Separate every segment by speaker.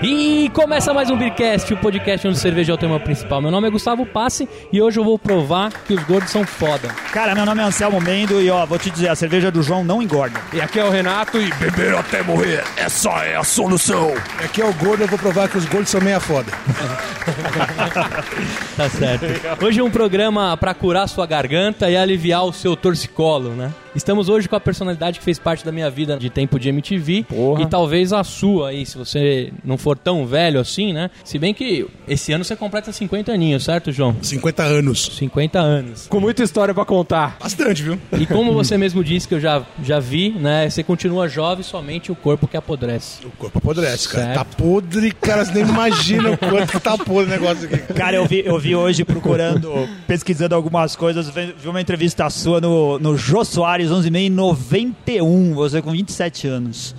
Speaker 1: E começa mais um Beercast, o podcast onde cerveja é o tema principal. Meu nome é Gustavo Passe e hoje eu vou provar que os gordos são foda.
Speaker 2: Cara, meu nome é Anselmo Mendo e ó, vou te dizer, a cerveja do João não engorda.
Speaker 3: E aqui é o Renato e beber até morrer, essa é a solução.
Speaker 4: E aqui é o gordo, eu vou provar que os gordos são meia foda.
Speaker 1: Tá certo. Hoje é um programa pra curar sua garganta e aliviar o seu torcicolo, né? Estamos hoje com a personalidade que fez parte da minha vida de tempo de MTV
Speaker 2: Porra.
Speaker 1: e talvez a sua aí, se você não for tão velho assim, né? Se bem que esse ano você completa 50 aninhos, certo, João?
Speaker 4: 50 anos.
Speaker 1: 50 anos.
Speaker 3: Com muita história pra contar.
Speaker 4: Bastante, viu?
Speaker 1: E como você mesmo disse que eu já, já vi, né? Você continua jovem, somente o corpo que apodrece.
Speaker 4: O corpo apodrece, cara.
Speaker 1: Certo.
Speaker 4: Tá podre, cara. Você nem imagina o quanto que tá podre o negócio aqui.
Speaker 2: Cara, eu vi, eu vi hoje procurando, pesquisando algumas coisas, vi vi uma entrevista sua no, no Jô Soares, 11 em 91, você com 27 anos.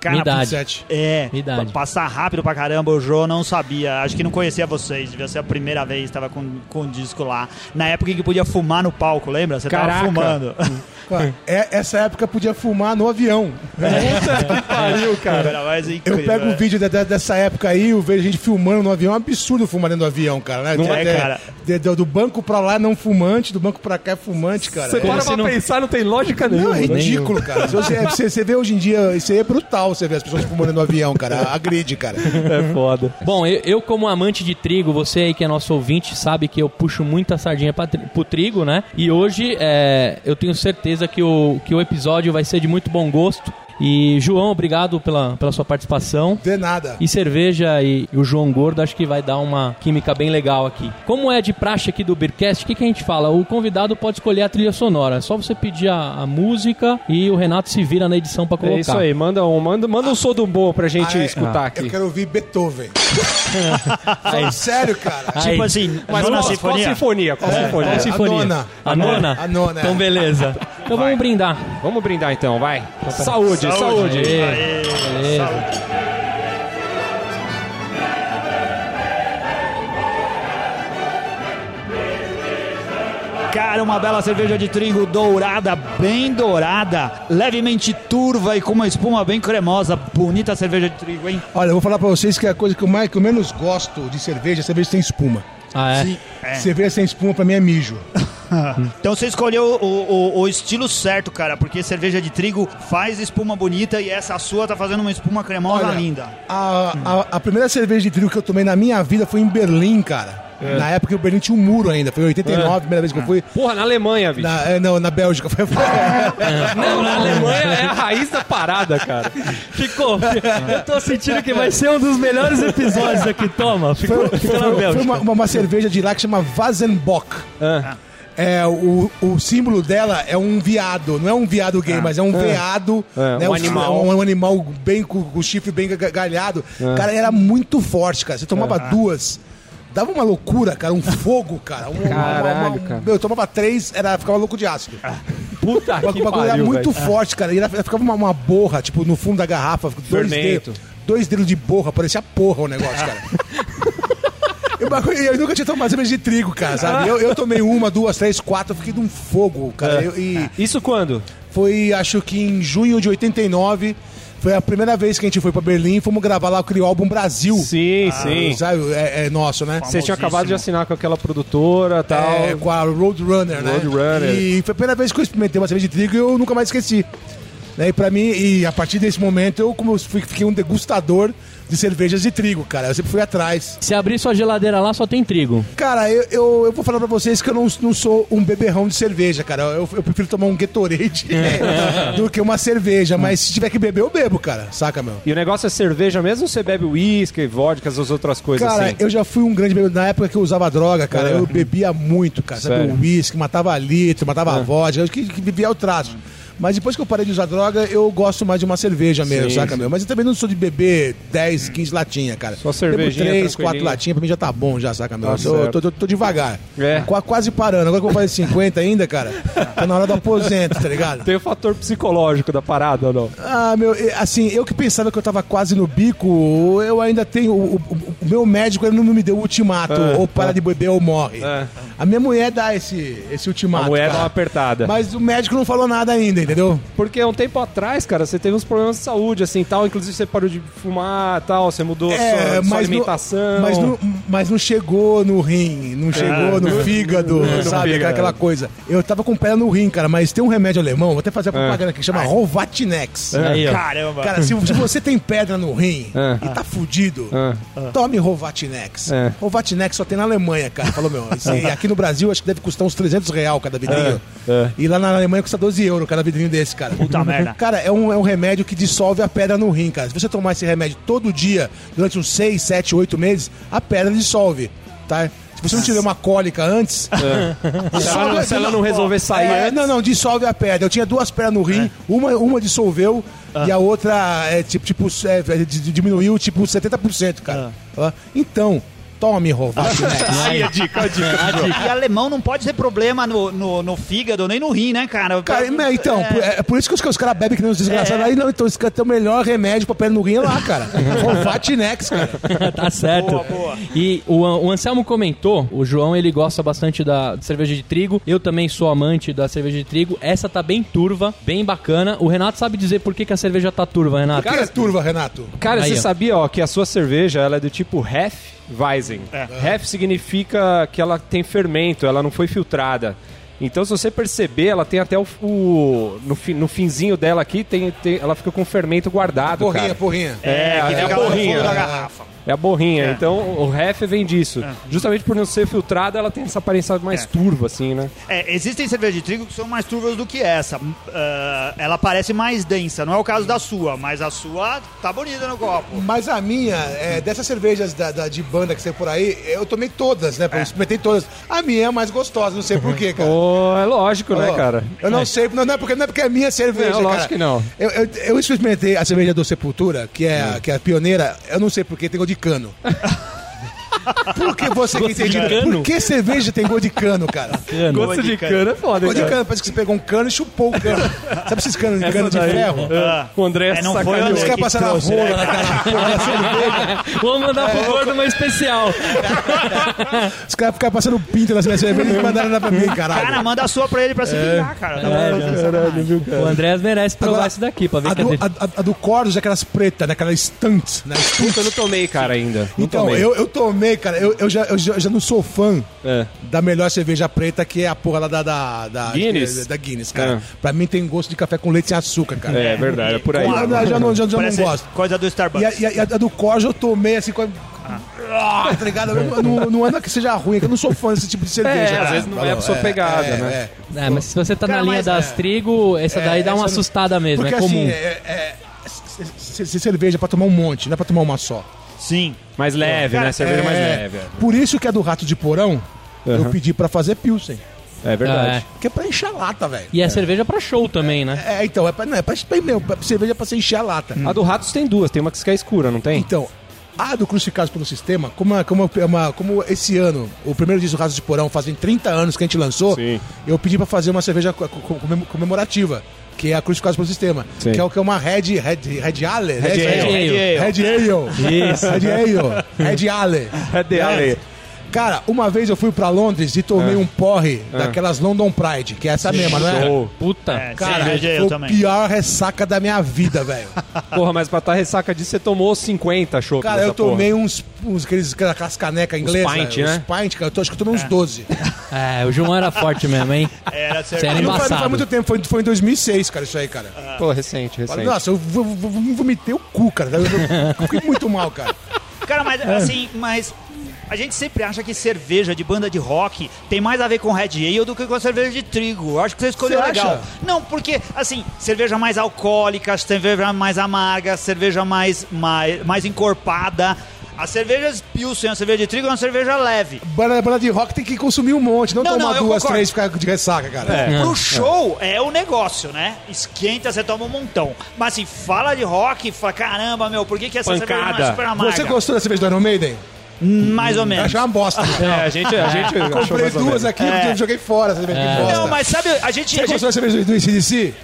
Speaker 2: Cara,
Speaker 1: Minha
Speaker 3: Ah,
Speaker 1: idade.
Speaker 4: 27.
Speaker 2: É,
Speaker 1: Minha idade.
Speaker 2: pa- passar rápido pra caramba, o Jô não sabia, acho que não conhecia vocês, devia ser a primeira vez, tava com, com o disco lá. Na época em que podia fumar no palco, lembra? Você
Speaker 3: Caraca.
Speaker 2: tava fumando.
Speaker 4: Cara, é- essa época podia fumar no avião.
Speaker 3: É. Pariu, cara.
Speaker 2: Era mais
Speaker 4: Eu
Speaker 2: incrível,
Speaker 4: pego um
Speaker 2: é.
Speaker 4: vídeo de- de- dessa época aí, eu vejo gente filmando no avião. É um absurdo fumar dentro do avião, cara. Né?
Speaker 2: Não
Speaker 4: De-
Speaker 2: é,
Speaker 4: de-
Speaker 2: cara.
Speaker 4: de- do, do banco pra lá é não fumante, do banco pra cá é fumante, cara.
Speaker 3: Você
Speaker 4: É-
Speaker 3: para
Speaker 1: se
Speaker 3: pra
Speaker 1: não-
Speaker 3: pensar, não tem lógica
Speaker 4: Não,
Speaker 5: né?
Speaker 3: nenhuma.
Speaker 4: é ridículo, cara. Se Você, você, você vê hoje em dia, isso aí é brutal, você vê as pessoas fumando no avião, cara. Agride, cara.
Speaker 3: É foda.
Speaker 1: Tá. Bom, eu, eu como amante de trigo, você aí que é nosso ouvinte sabe que eu puxo muita sardinha pra, tri- pro trigo, né? E hoje é, eu tenho certeza que o, que o episódio vai ser de muito bom gosto. E João, obrigado pela, pela sua participação.
Speaker 4: De nada.
Speaker 1: E cerveja e o João Gordo acho que vai dar uma química bem legal aqui. Como é de praxe aqui do Beercast, o que, que a gente fala? O convidado pode escolher a trilha sonora. É só você pedir a, a música e o Renato se vira na edição pra colocar.
Speaker 3: É isso aí, manda um, manda, manda um som do bom pra gente
Speaker 4: Ah, é-
Speaker 3: escutar
Speaker 4: ah,
Speaker 3: aqui.
Speaker 4: Eu quero ouvir Beethoven. Fala sério, cara.
Speaker 1: Aí.
Speaker 2: Tipo assim,
Speaker 3: Mas
Speaker 2: nona
Speaker 3: qual-
Speaker 2: sinfonia.
Speaker 3: Qual sinfonia? Qual sinfonia?
Speaker 1: Qual
Speaker 4: É, a
Speaker 1: sinfonia?
Speaker 4: nona.
Speaker 1: A nona?
Speaker 4: A nona, é.
Speaker 1: Então beleza. Então vamos brindar.
Speaker 3: Vamos brindar então, vai. Saúde, saúde.
Speaker 1: Aê.
Speaker 2: Aê,
Speaker 1: Beleza.
Speaker 2: saúde. Cara, uma bela cerveja de trigo dourada, bem dourada, levemente turva e com uma espuma bem cremosa. Bonita a cerveja de trigo, hein?
Speaker 4: Olha, eu vou falar pra vocês que a coisa que eu, mais, que eu menos gosto de cerveja é cerveja sem espuma.
Speaker 1: Ah, é?
Speaker 2: É.
Speaker 4: Cerveja sem espuma pra mim é mijo.
Speaker 2: Então você escolheu o, o- o estilo certo, cara, porque cerveja de trigo faz espuma bonita e essa sua tá fazendo uma espuma cremosa
Speaker 4: Olha,
Speaker 2: linda.
Speaker 4: A, a, a primeira cerveja de trigo que eu tomei na minha vida foi em Berlim, cara. Na época que o Berlim tinha um muro ainda. Foi em 89, a primeira vez que eu fui.
Speaker 3: Porra, na Alemanha, bicho.
Speaker 4: Na, é, não, na Bélgica. Foi,
Speaker 3: Não, na Alemanha é a raiz da parada, cara.
Speaker 1: Ficou. Eu tô sentindo que vai ser um dos melhores episódios aqui. Toma. Ficou,
Speaker 4: foi,
Speaker 1: ficou na
Speaker 4: foi- foi
Speaker 1: Bélgica.
Speaker 4: uma, uma- uma cerveja de lá que chama Vazenbock.
Speaker 3: Ah.
Speaker 4: É, o, o símbolo dela é um viado, não é um viado gay, mas é um veado,
Speaker 3: É,
Speaker 4: né,
Speaker 3: Ah. um
Speaker 4: o-
Speaker 3: animal. Ah.
Speaker 4: um animal bem com com o chifre bem ga- galhado. Cara, era muito forte, cara. Você tomava duas, dava uma loucura, cara, um fogo, cara. Um, uma-
Speaker 3: Caralho,
Speaker 4: uma- um-
Speaker 3: cara.
Speaker 4: Meu, eu tomava três, era ficava louco de ácido.
Speaker 3: Puta
Speaker 4: O
Speaker 3: que
Speaker 4: bagulho
Speaker 3: pariu,
Speaker 4: era muito
Speaker 3: velho.
Speaker 4: forte, cara. E era- ficava uma, uma borra, tipo, no fundo da garrafa, dois
Speaker 3: Fermento.
Speaker 4: dedos. Dois dedos de borra, parecia porra o negócio, cara. E o bagulho- Eu nunca tinha tomado cerveja de trigo, cara, sabe? Eu, eu tomei uma, duas, três, quatro, eu fiquei de um fogo, cara.
Speaker 3: É.
Speaker 4: Eu- e
Speaker 3: Isso quando?
Speaker 4: foi, acho que em junho de 89, foi a primeira vez que a gente foi pra Berlim, fomos gravar lá o Criolbum Brasil.
Speaker 3: Sim, sim.
Speaker 4: Sabe? É, é nosso, né?
Speaker 3: Você tinha acabado de assinar com aquela produtora e tal.
Speaker 4: É, com a Roadrunner, né?
Speaker 3: Roadrunner.
Speaker 4: E foi a primeira vez que eu experimentei uma cerveja de trigo e eu nunca mais esqueci. Né, E pra mim, e a partir desse momento, eu como eu fui- fiquei um degustador de cervejas de trigo, cara. Eu sempre fui atrás.
Speaker 1: Se abrir sua geladeira lá, só tem trigo.
Speaker 4: Cara, eu, eu, eu vou falar pra vocês que eu não, não sou um beberrão de cerveja, cara. Eu, eu prefiro tomar um Gatorade
Speaker 3: É.
Speaker 4: do que uma cerveja. Mas se tiver que beber, eu bebo, cara. Saca, meu?
Speaker 3: E o negócio é cerveja mesmo ou você bebe uísque, vodka, as outras coisas
Speaker 4: Cara,
Speaker 3: assim? É.
Speaker 4: eu já fui um grande bebedor. Na época que eu usava droga, cara, eu bebia muito, cara. Sabe,
Speaker 3: Sério? É.
Speaker 4: o uísque, matava litro, matava vodka, eu que, que bebia o traço. Mas depois que eu parei de usar droga, eu gosto mais de uma cerveja mesmo,
Speaker 3: Sim,
Speaker 4: saca,
Speaker 3: sim.
Speaker 4: meu? Mas eu também não sou de beber 10, 15 latinhas, cara.
Speaker 3: Só cervejinha,
Speaker 4: Bebo 3, 4
Speaker 3: tranquilinha.
Speaker 4: latinhas, pra mim já tá bom, já, saca, meu?
Speaker 3: Tá
Speaker 4: Eu tô-
Speaker 3: certo.
Speaker 4: tô, tô- tô devagar.
Speaker 3: É.
Speaker 4: Qua- quase parando. Agora que eu vou fazer 50 ainda, cara, tá na hora do aposento, tá ligado?
Speaker 3: Tem o fator psicológico da parada ou não?
Speaker 4: Ah, meu, eh, assim, eu que pensava que eu tava quase no bico, eu ainda tenho. O, o- o meu médico ele não me deu o ultimato,
Speaker 3: Ah,
Speaker 6: É, tá.
Speaker 4: ou para
Speaker 3: ah.
Speaker 4: de beber ou morre.
Speaker 3: Ah.
Speaker 4: A minha mulher dá esse, esse ultimato.
Speaker 6: A mulher
Speaker 4: cara.
Speaker 6: dá uma apertada.
Speaker 4: Mas o médico não falou nada ainda, entendeu?
Speaker 5: Porque há um tempo atrás, cara, você teve uns problemas de saúde, assim, tal. Inclusive você parou de fumar, tal. Você mudou sua, sua
Speaker 4: não-
Speaker 5: alimentação.
Speaker 4: É, mas, não, mas não chegou no rim,
Speaker 6: É,
Speaker 4: não chegou no fígado, sabe? Aquela, aquela coisa. Eu tava com pedra no rim, cara, mas tem um remédio alemão, vou até fazer a
Speaker 6: É.
Speaker 4: propaganda aqui, que chama Rovatinex.
Speaker 1: Aí, ó.
Speaker 2: Caramba.
Speaker 4: Cara, se, se você tem pedra no rim
Speaker 5: Ah.
Speaker 6: É.
Speaker 4: e tá fudido,
Speaker 2: Ah.
Speaker 4: tome Rovatinex.
Speaker 5: É.
Speaker 4: Rovatinex só tem na Alemanha, cara. Falou, meu, esse- e aqui no Brasil acho que deve custar uns 300 real cada vidrinho. E lá na Alemanha custa 12 euros cada vidrinho desse, cara.
Speaker 2: É, Puta merda.
Speaker 4: Cara, é um, é um remédio que dissolve a pedra no rim, cara. Se você tomar esse remédio todo dia, durante uns 6, 7, 8 meses, a pedra dissolve, tá? Se você não tiver uma cólica antes...
Speaker 5: Se ela não- se ela não resolver sair
Speaker 4: É,
Speaker 5: antes- É.
Speaker 4: Não, não, dissolve a pedra. Eu tinha duas pedras no rim, uma, uma dissolveu
Speaker 5: Ah.
Speaker 4: e a outra é, tipo, tipo, é, di- di- diminuiu tipo 70%, cara.
Speaker 5: Ah.
Speaker 4: Tá? Então, tome, Rovato.
Speaker 1: Aí a dica, a dica.
Speaker 2: E alemão não pode ter problema no, no, no fígado nem no rim, né, cara?
Speaker 4: Cara, mas então,
Speaker 2: É.
Speaker 4: por- é. por isso que os, que os caras bebem que nem os
Speaker 5: É.
Speaker 4: desgraçados. Aí não, então esse cara tem o melhor remédio pra pedra no rim é lá, cara. Rovatinex, cara.
Speaker 1: tá certo.
Speaker 2: Boa, boa.
Speaker 1: E o, An- o Anselmo comentou, o João ele gosta bastante da de cerveja de trigo. Eu também sou amante da cerveja de trigo. Essa tá bem turva, bem bacana. O Renato sabe dizer por que, que a cerveja tá turva, Renato.
Speaker 4: Cara, é turva, Renato.
Speaker 5: Cara,
Speaker 1: Aí,
Speaker 5: você
Speaker 1: ó.
Speaker 5: sabia, ó, que a sua cerveja, ela é do tipo Hefeweizen. Hef significa que ela tem fermento, ela não foi filtrada. Então, se você perceber, ela tem até o... o- no, fi- no finzinho dela aqui, tem, tem- ela fica com o fermento guardado,
Speaker 4: Porrinha,
Speaker 5: cara.
Speaker 4: porrinha.
Speaker 5: É, é, a
Speaker 2: Fica no
Speaker 5: borrinha.
Speaker 2: fundo da garrafa.
Speaker 5: É a borrinha. Então, o Hef vem disso. Justamente por não ser filtrada, ela tem essa aparência mais turva, assim, né?
Speaker 2: É, existem cervejas de trigo que são mais turvas do que essa. Ah, ela parece mais densa. Não é o caso da sua, mas a sua tá bonita no copo.
Speaker 4: Mas a minha, é, dessas cervejas da, da- de banda que você por aí, eu tomei todas,
Speaker 5: É.
Speaker 4: né? Eu experimentei todas. A minha é a mais gostosa, não sei
Speaker 5: Uhum.
Speaker 4: porquê, cara.
Speaker 5: Pô, é lógico, né,
Speaker 4: Ó,
Speaker 5: cara?
Speaker 4: Eu não sei, não, não, é porque, não é porque é minha cerveja,
Speaker 5: Não, lógico
Speaker 4: cara.
Speaker 5: que não. Hum.
Speaker 4: Eu, eu, eu experimentei a cerveja do Sepultura, que é, a- que é a pioneira, eu não sei porque tem gol de cano. Por que você que entende? Por que cerveja tem gol de cano, cara?
Speaker 5: Gosto de cana é foda,
Speaker 4: Gol de
Speaker 5: cara.
Speaker 4: cano, parece que você pegou um cano e chupou o cano. Sabe esses canos de cano de ferro?
Speaker 2: Ah,
Speaker 5: O André
Speaker 2: É, não foi
Speaker 5: sacaneou.
Speaker 2: o
Speaker 4: Os
Speaker 2: André.
Speaker 4: caras
Speaker 2: que
Speaker 4: passaram a
Speaker 2: trouxe,
Speaker 4: rola
Speaker 2: né,
Speaker 4: na cara, porra da cerveja.
Speaker 1: Vou mandar pro gordo uma especial.
Speaker 4: Os caras ficaram passando pinto na cerveja e mandaram na pra mim,
Speaker 2: Cara,
Speaker 4: caralho.
Speaker 2: manda a sua pra ele pra se
Speaker 4: É.
Speaker 2: vingar, cara. Tá fazendo sacanagem.
Speaker 1: O Andrés merece provar
Speaker 4: Agora,
Speaker 1: isso daqui pra ver
Speaker 4: A
Speaker 1: que é
Speaker 4: do,
Speaker 1: de-
Speaker 4: a, a- a do Cordos, aquelas pretas, né? Aquelas stunts, né?
Speaker 5: Puta, eu não tomei, cara, ainda. Não
Speaker 4: Então,
Speaker 5: tomei.
Speaker 4: eu, eu tomei, cara, eu, eu, já, eu já, já não sou fã
Speaker 5: É.
Speaker 4: da melhor cerveja preta, que é a porra lá da, da, da
Speaker 5: Guinness?
Speaker 4: Da Guinness, cara.
Speaker 5: É.
Speaker 4: Pra mim tem gosto de café com leite sem açúcar, cara.
Speaker 5: É verdade, é por aí.
Speaker 4: Eu já, já não, já, já não
Speaker 2: Parece
Speaker 4: gosto.
Speaker 2: Coisa do
Speaker 4: E
Speaker 2: Starbucks.
Speaker 4: a, e a- e a do Corja eu tomei assim com a... Ah, tá ligado? Eu não, não anda que seja ruim, é que eu não sou fã desse tipo de cerveja.
Speaker 5: É, às
Speaker 4: cara.
Speaker 5: vezes não é a sua pegada, né?
Speaker 4: é.
Speaker 1: É, mas se você tá
Speaker 2: Cara,
Speaker 1: na linha
Speaker 2: mas,
Speaker 1: das
Speaker 4: é.
Speaker 1: trigo, essa daí dá uma
Speaker 4: essa-
Speaker 1: assustada mesmo,
Speaker 4: Porque
Speaker 1: é comum.
Speaker 4: assim, é- é- c- c- c- cerveja é pra tomar um monte, não é pra tomar uma só.
Speaker 2: Sim.
Speaker 5: Mais leve, né? Cerveja mais
Speaker 4: É,
Speaker 5: leve.
Speaker 4: Por isso que a do Rato de Porão, eu pedi pra fazer Pilsen.
Speaker 5: É verdade.
Speaker 1: É.
Speaker 4: Porque é pra encher a lata, velho.
Speaker 1: E é cerveja pra show também, né?
Speaker 4: É, então, é pra, não, é pra, pra, meu, pra cerveja é pra você encher a lata.
Speaker 5: A do Ratos tem duas, tem uma que é escura, não tem?
Speaker 4: Então, a do Crucificados pelo Sistema, como, é- como, é uma- como esse ano, o primeiro disco do Raso de Porão, fazem 30 anos que a gente lançou,
Speaker 5: Sim.
Speaker 4: eu pedi pra fazer uma cerveja co- co- comem- comemorativa, que é a Crucificados pelo Sistema,
Speaker 5: Sim.
Speaker 4: que é, o que é uma Red, Red, Red Ale, né?
Speaker 5: Red Ale.
Speaker 1: Ale.
Speaker 4: Red Ale. Red Ale. Red Ale. Né?
Speaker 5: Red Ale. É.
Speaker 4: Cara, uma vez eu fui pra Londres e tomei um porre daquelas London Pride, que é essa mesma, não é?
Speaker 5: Show.
Speaker 1: Puta.
Speaker 2: É,
Speaker 4: Cara,
Speaker 2: cerveja
Speaker 4: foi
Speaker 2: eu
Speaker 4: o
Speaker 2: também.
Speaker 4: pior ressaca da minha vida, velho.
Speaker 5: Porra, mas pra tá ressaca disso, você tomou 50 show.
Speaker 4: Cara, eu tomei uns, uns aqueles, aquelas canecas inglesas. os
Speaker 5: pint, né?
Speaker 4: pint, cara. Eu tô- acho que eu tomei uns 12.
Speaker 1: É, o João era forte mesmo, hein?
Speaker 2: Era
Speaker 1: Você era
Speaker 4: E não,
Speaker 1: embaçado.
Speaker 4: faz, não faz muito tempo, foi, foi em 2006, cara, isso aí, cara.
Speaker 5: Pô, recente,
Speaker 4: Fala,
Speaker 5: recente.
Speaker 4: Nossa, eu vo- vo- vo- vomitei o cu, cara. tá? Eu, eu fiquei muito mal, cara.
Speaker 2: Cara, mas
Speaker 4: É.
Speaker 2: assim, mas a gente sempre acha que cerveja de banda de rock tem mais a ver com Red Ale do que com cerveja de trigo. Eu acho que você escolheu
Speaker 4: Você
Speaker 2: legal.
Speaker 4: acha?
Speaker 2: Não, porque assim, cerveja mais alcoólica, cerveja mais amarga, cerveja mais mais, mais encorpada. As cervejas Pilsen, a cerveja de trigo é uma cerveja leve.
Speaker 4: Banda, banda de rock tem que consumir um monte, não,
Speaker 2: Não,
Speaker 4: tomar
Speaker 2: não, eu
Speaker 4: duas,
Speaker 2: concordo.
Speaker 4: três e ficar de ressaca, cara.
Speaker 2: Pro show é o negócio, né? Esquenta, você toma um montão. Mas assim, fala de rock, fala, caramba, meu, por que, que essa cerveja não é
Speaker 5: Pancada.
Speaker 2: super amarga?
Speaker 4: Você gostou da cerveja do Iron Maiden?
Speaker 2: Mais ou
Speaker 4: Eu
Speaker 2: menos.
Speaker 4: achei uma bosta. cara.
Speaker 5: É, a gente, a gente achou
Speaker 4: Comprei
Speaker 5: mais ou
Speaker 4: duas
Speaker 5: menos. É.
Speaker 4: aqui, porque eu joguei fora essa cerveja que bosta.
Speaker 2: Não, mas sabe, a gente. a
Speaker 4: Você
Speaker 2: gente-
Speaker 4: gostou da cerveja do ICDC?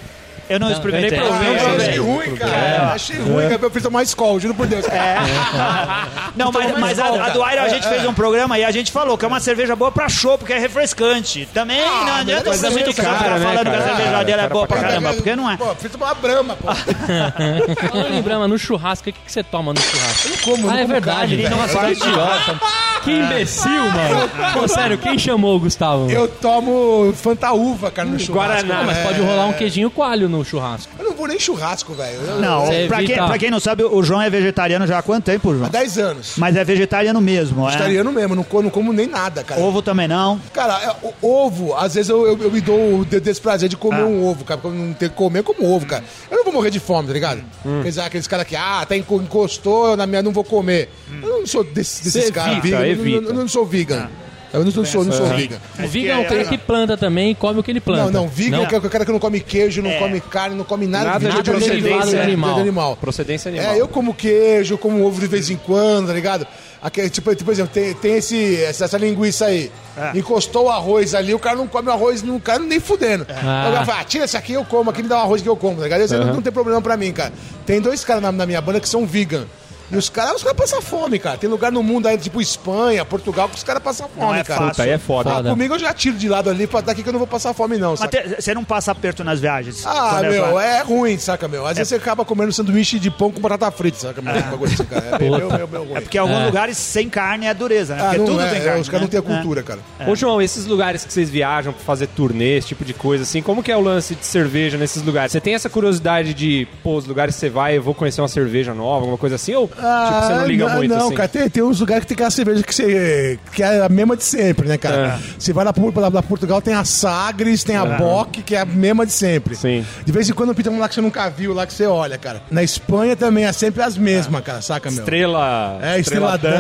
Speaker 2: Eu não experimentei.
Speaker 5: eu É. nem provei.
Speaker 4: Ah, eu achei ruim, cara. Achei ruim, cara. Eu fiz tomar escola, juro por Deus,
Speaker 5: É,
Speaker 4: cara.
Speaker 2: Não, Então, mas, mas a, a do Iron a gente fez um programa e a gente falou que é uma cerveja boa pra show, porque é refrescante. Também não adianta
Speaker 4: mas
Speaker 2: você
Speaker 4: é muito
Speaker 2: ficar
Speaker 5: cara, né,
Speaker 2: falando que a
Speaker 5: cara?
Speaker 2: cerveja
Speaker 5: Cara,
Speaker 2: dela é
Speaker 5: cara
Speaker 2: boa
Speaker 5: pra
Speaker 2: pra caramba, porque não é.
Speaker 4: Pô, fiz uma brama, pô.
Speaker 1: Falando em Brahma, no churrasco, o que, que você toma no churrasco? Eu
Speaker 4: como, eu
Speaker 1: Ah,
Speaker 4: não
Speaker 1: é
Speaker 4: como
Speaker 1: verdade,
Speaker 4: carne,
Speaker 1: velho.
Speaker 4: velho.
Speaker 2: então,
Speaker 1: Nossa,
Speaker 2: assim,
Speaker 1: que
Speaker 2: é
Speaker 1: idiota. Que imbecil, mano. Ah. Pô, sério, quem chamou o Gustavo?
Speaker 4: Eu tomo fantaúva, cara, no churrasco.
Speaker 1: Ah, mas pode rolar um queijinho coalho no churrasco.
Speaker 4: Eu não vou nem churrasco, velho. Eu-
Speaker 2: Não,
Speaker 1: Você
Speaker 2: pra quem,
Speaker 1: evita.
Speaker 2: pra quem não sabe, o João é vegetariano já há quanto tempo, João?
Speaker 4: Há 10 anos.
Speaker 2: Mas é vegetariano mesmo, é?
Speaker 4: Vegetariano mesmo, não co- não como nem nada, cara.
Speaker 2: Ovo também não.
Speaker 4: Cara, é, o- ovo, às vezes eu, eu, eu me dou o de- desprazer de comer um ovo, cara. Porque eu não tenho que comer, eu como ovo, cara. Eu não vou morrer de fome, tá ligado? Aqueles, aqueles caras que, ah, até enco- encostou na minha, não vou comer. Eu não sou desse, desses
Speaker 5: Você
Speaker 4: caras. vegan,
Speaker 5: evita,
Speaker 4: eu não-
Speaker 5: evita.
Speaker 4: Eu, não sou vegan. Eu não sou, sou- não sou vegan.
Speaker 1: O vegan é um cara que planta também e come o que ele planta.
Speaker 4: Não, não, vegan é o cara que não come queijo, não come carne, não come nada,
Speaker 5: Nada de
Speaker 4: vegan,
Speaker 5: procedência
Speaker 4: nada de
Speaker 1: animal.
Speaker 4: animal.
Speaker 5: Procedência animal.
Speaker 4: É, eu como queijo, eu como ovo de vez em quando, tá ligado? Aquele, tipo, tipo, por exemplo, tem, tem esse, essa, essa linguiça aí.
Speaker 2: É.
Speaker 4: Encostou o arroz ali, o cara não come o arroz, não, o cara nem fudendo.
Speaker 2: É.
Speaker 1: Ah.
Speaker 4: Aí o cara fala, "Ah, tira esse aqui, eu como, aqui me dá o arroz que eu como, tá ligado? Isso aí não, não tem problema pra mim, cara. Tem dois caras na, na minha banda que são vegan. E os caras, os caras passam fome, cara. Tem lugar no mundo aí, tipo Espanha, Portugal, que os caras passam fome,
Speaker 2: é
Speaker 4: cara.
Speaker 2: fácil.
Speaker 5: Puta, aí é foda.
Speaker 1: Foda.
Speaker 4: Comigo eu já tiro de lado ali, pra daqui que eu não vou passar fome, não,
Speaker 2: Mas
Speaker 4: saca?
Speaker 2: te- você não passa aperto nas viagens.
Speaker 4: Ah,
Speaker 2: Quando é
Speaker 4: meu,
Speaker 2: pra-
Speaker 4: é ruim, saca, meu? Às vezes você acaba comendo sanduíche de pão com batata frita, saca, meu? Esse bagulho assim, cara. É meu, meu, meu, ruim.
Speaker 2: Ah. É porque em alguns lugares sem carne é dureza, né?
Speaker 4: Ah,
Speaker 2: Porque
Speaker 4: não
Speaker 2: tudo
Speaker 4: é,
Speaker 2: tem
Speaker 4: é,
Speaker 2: carne.
Speaker 4: os caras não
Speaker 2: né?
Speaker 4: têm a cultura, cara.
Speaker 5: Ô, João, esses lugares que vocês viajam pra fazer turnê, esse tipo de coisa, assim, como que é o lance de cerveja nesses lugares? Você tem essa curiosidade de, pô, os lugares que você vai, eu vou conhecer uma cerveja nova, alguma coisa assim? Ou, tipo, você não liga
Speaker 4: Ah,
Speaker 5: muito,
Speaker 4: não,
Speaker 5: assim?
Speaker 4: cara, tem, tem uns lugares que tem aquela cerveja que, você, que é a mesma de sempre, né, cara?
Speaker 5: É.
Speaker 4: Você vai lá para Portugal, tem a Sagres, tem a Bock, que é a mesma de sempre.
Speaker 5: Sim.
Speaker 4: De vez em quando pinta uma lá que você nunca viu, lá que você olha, cara. Na Espanha também é sempre as mesmas, cara, saca, meu?
Speaker 5: Estrela...
Speaker 4: É, Estreladão.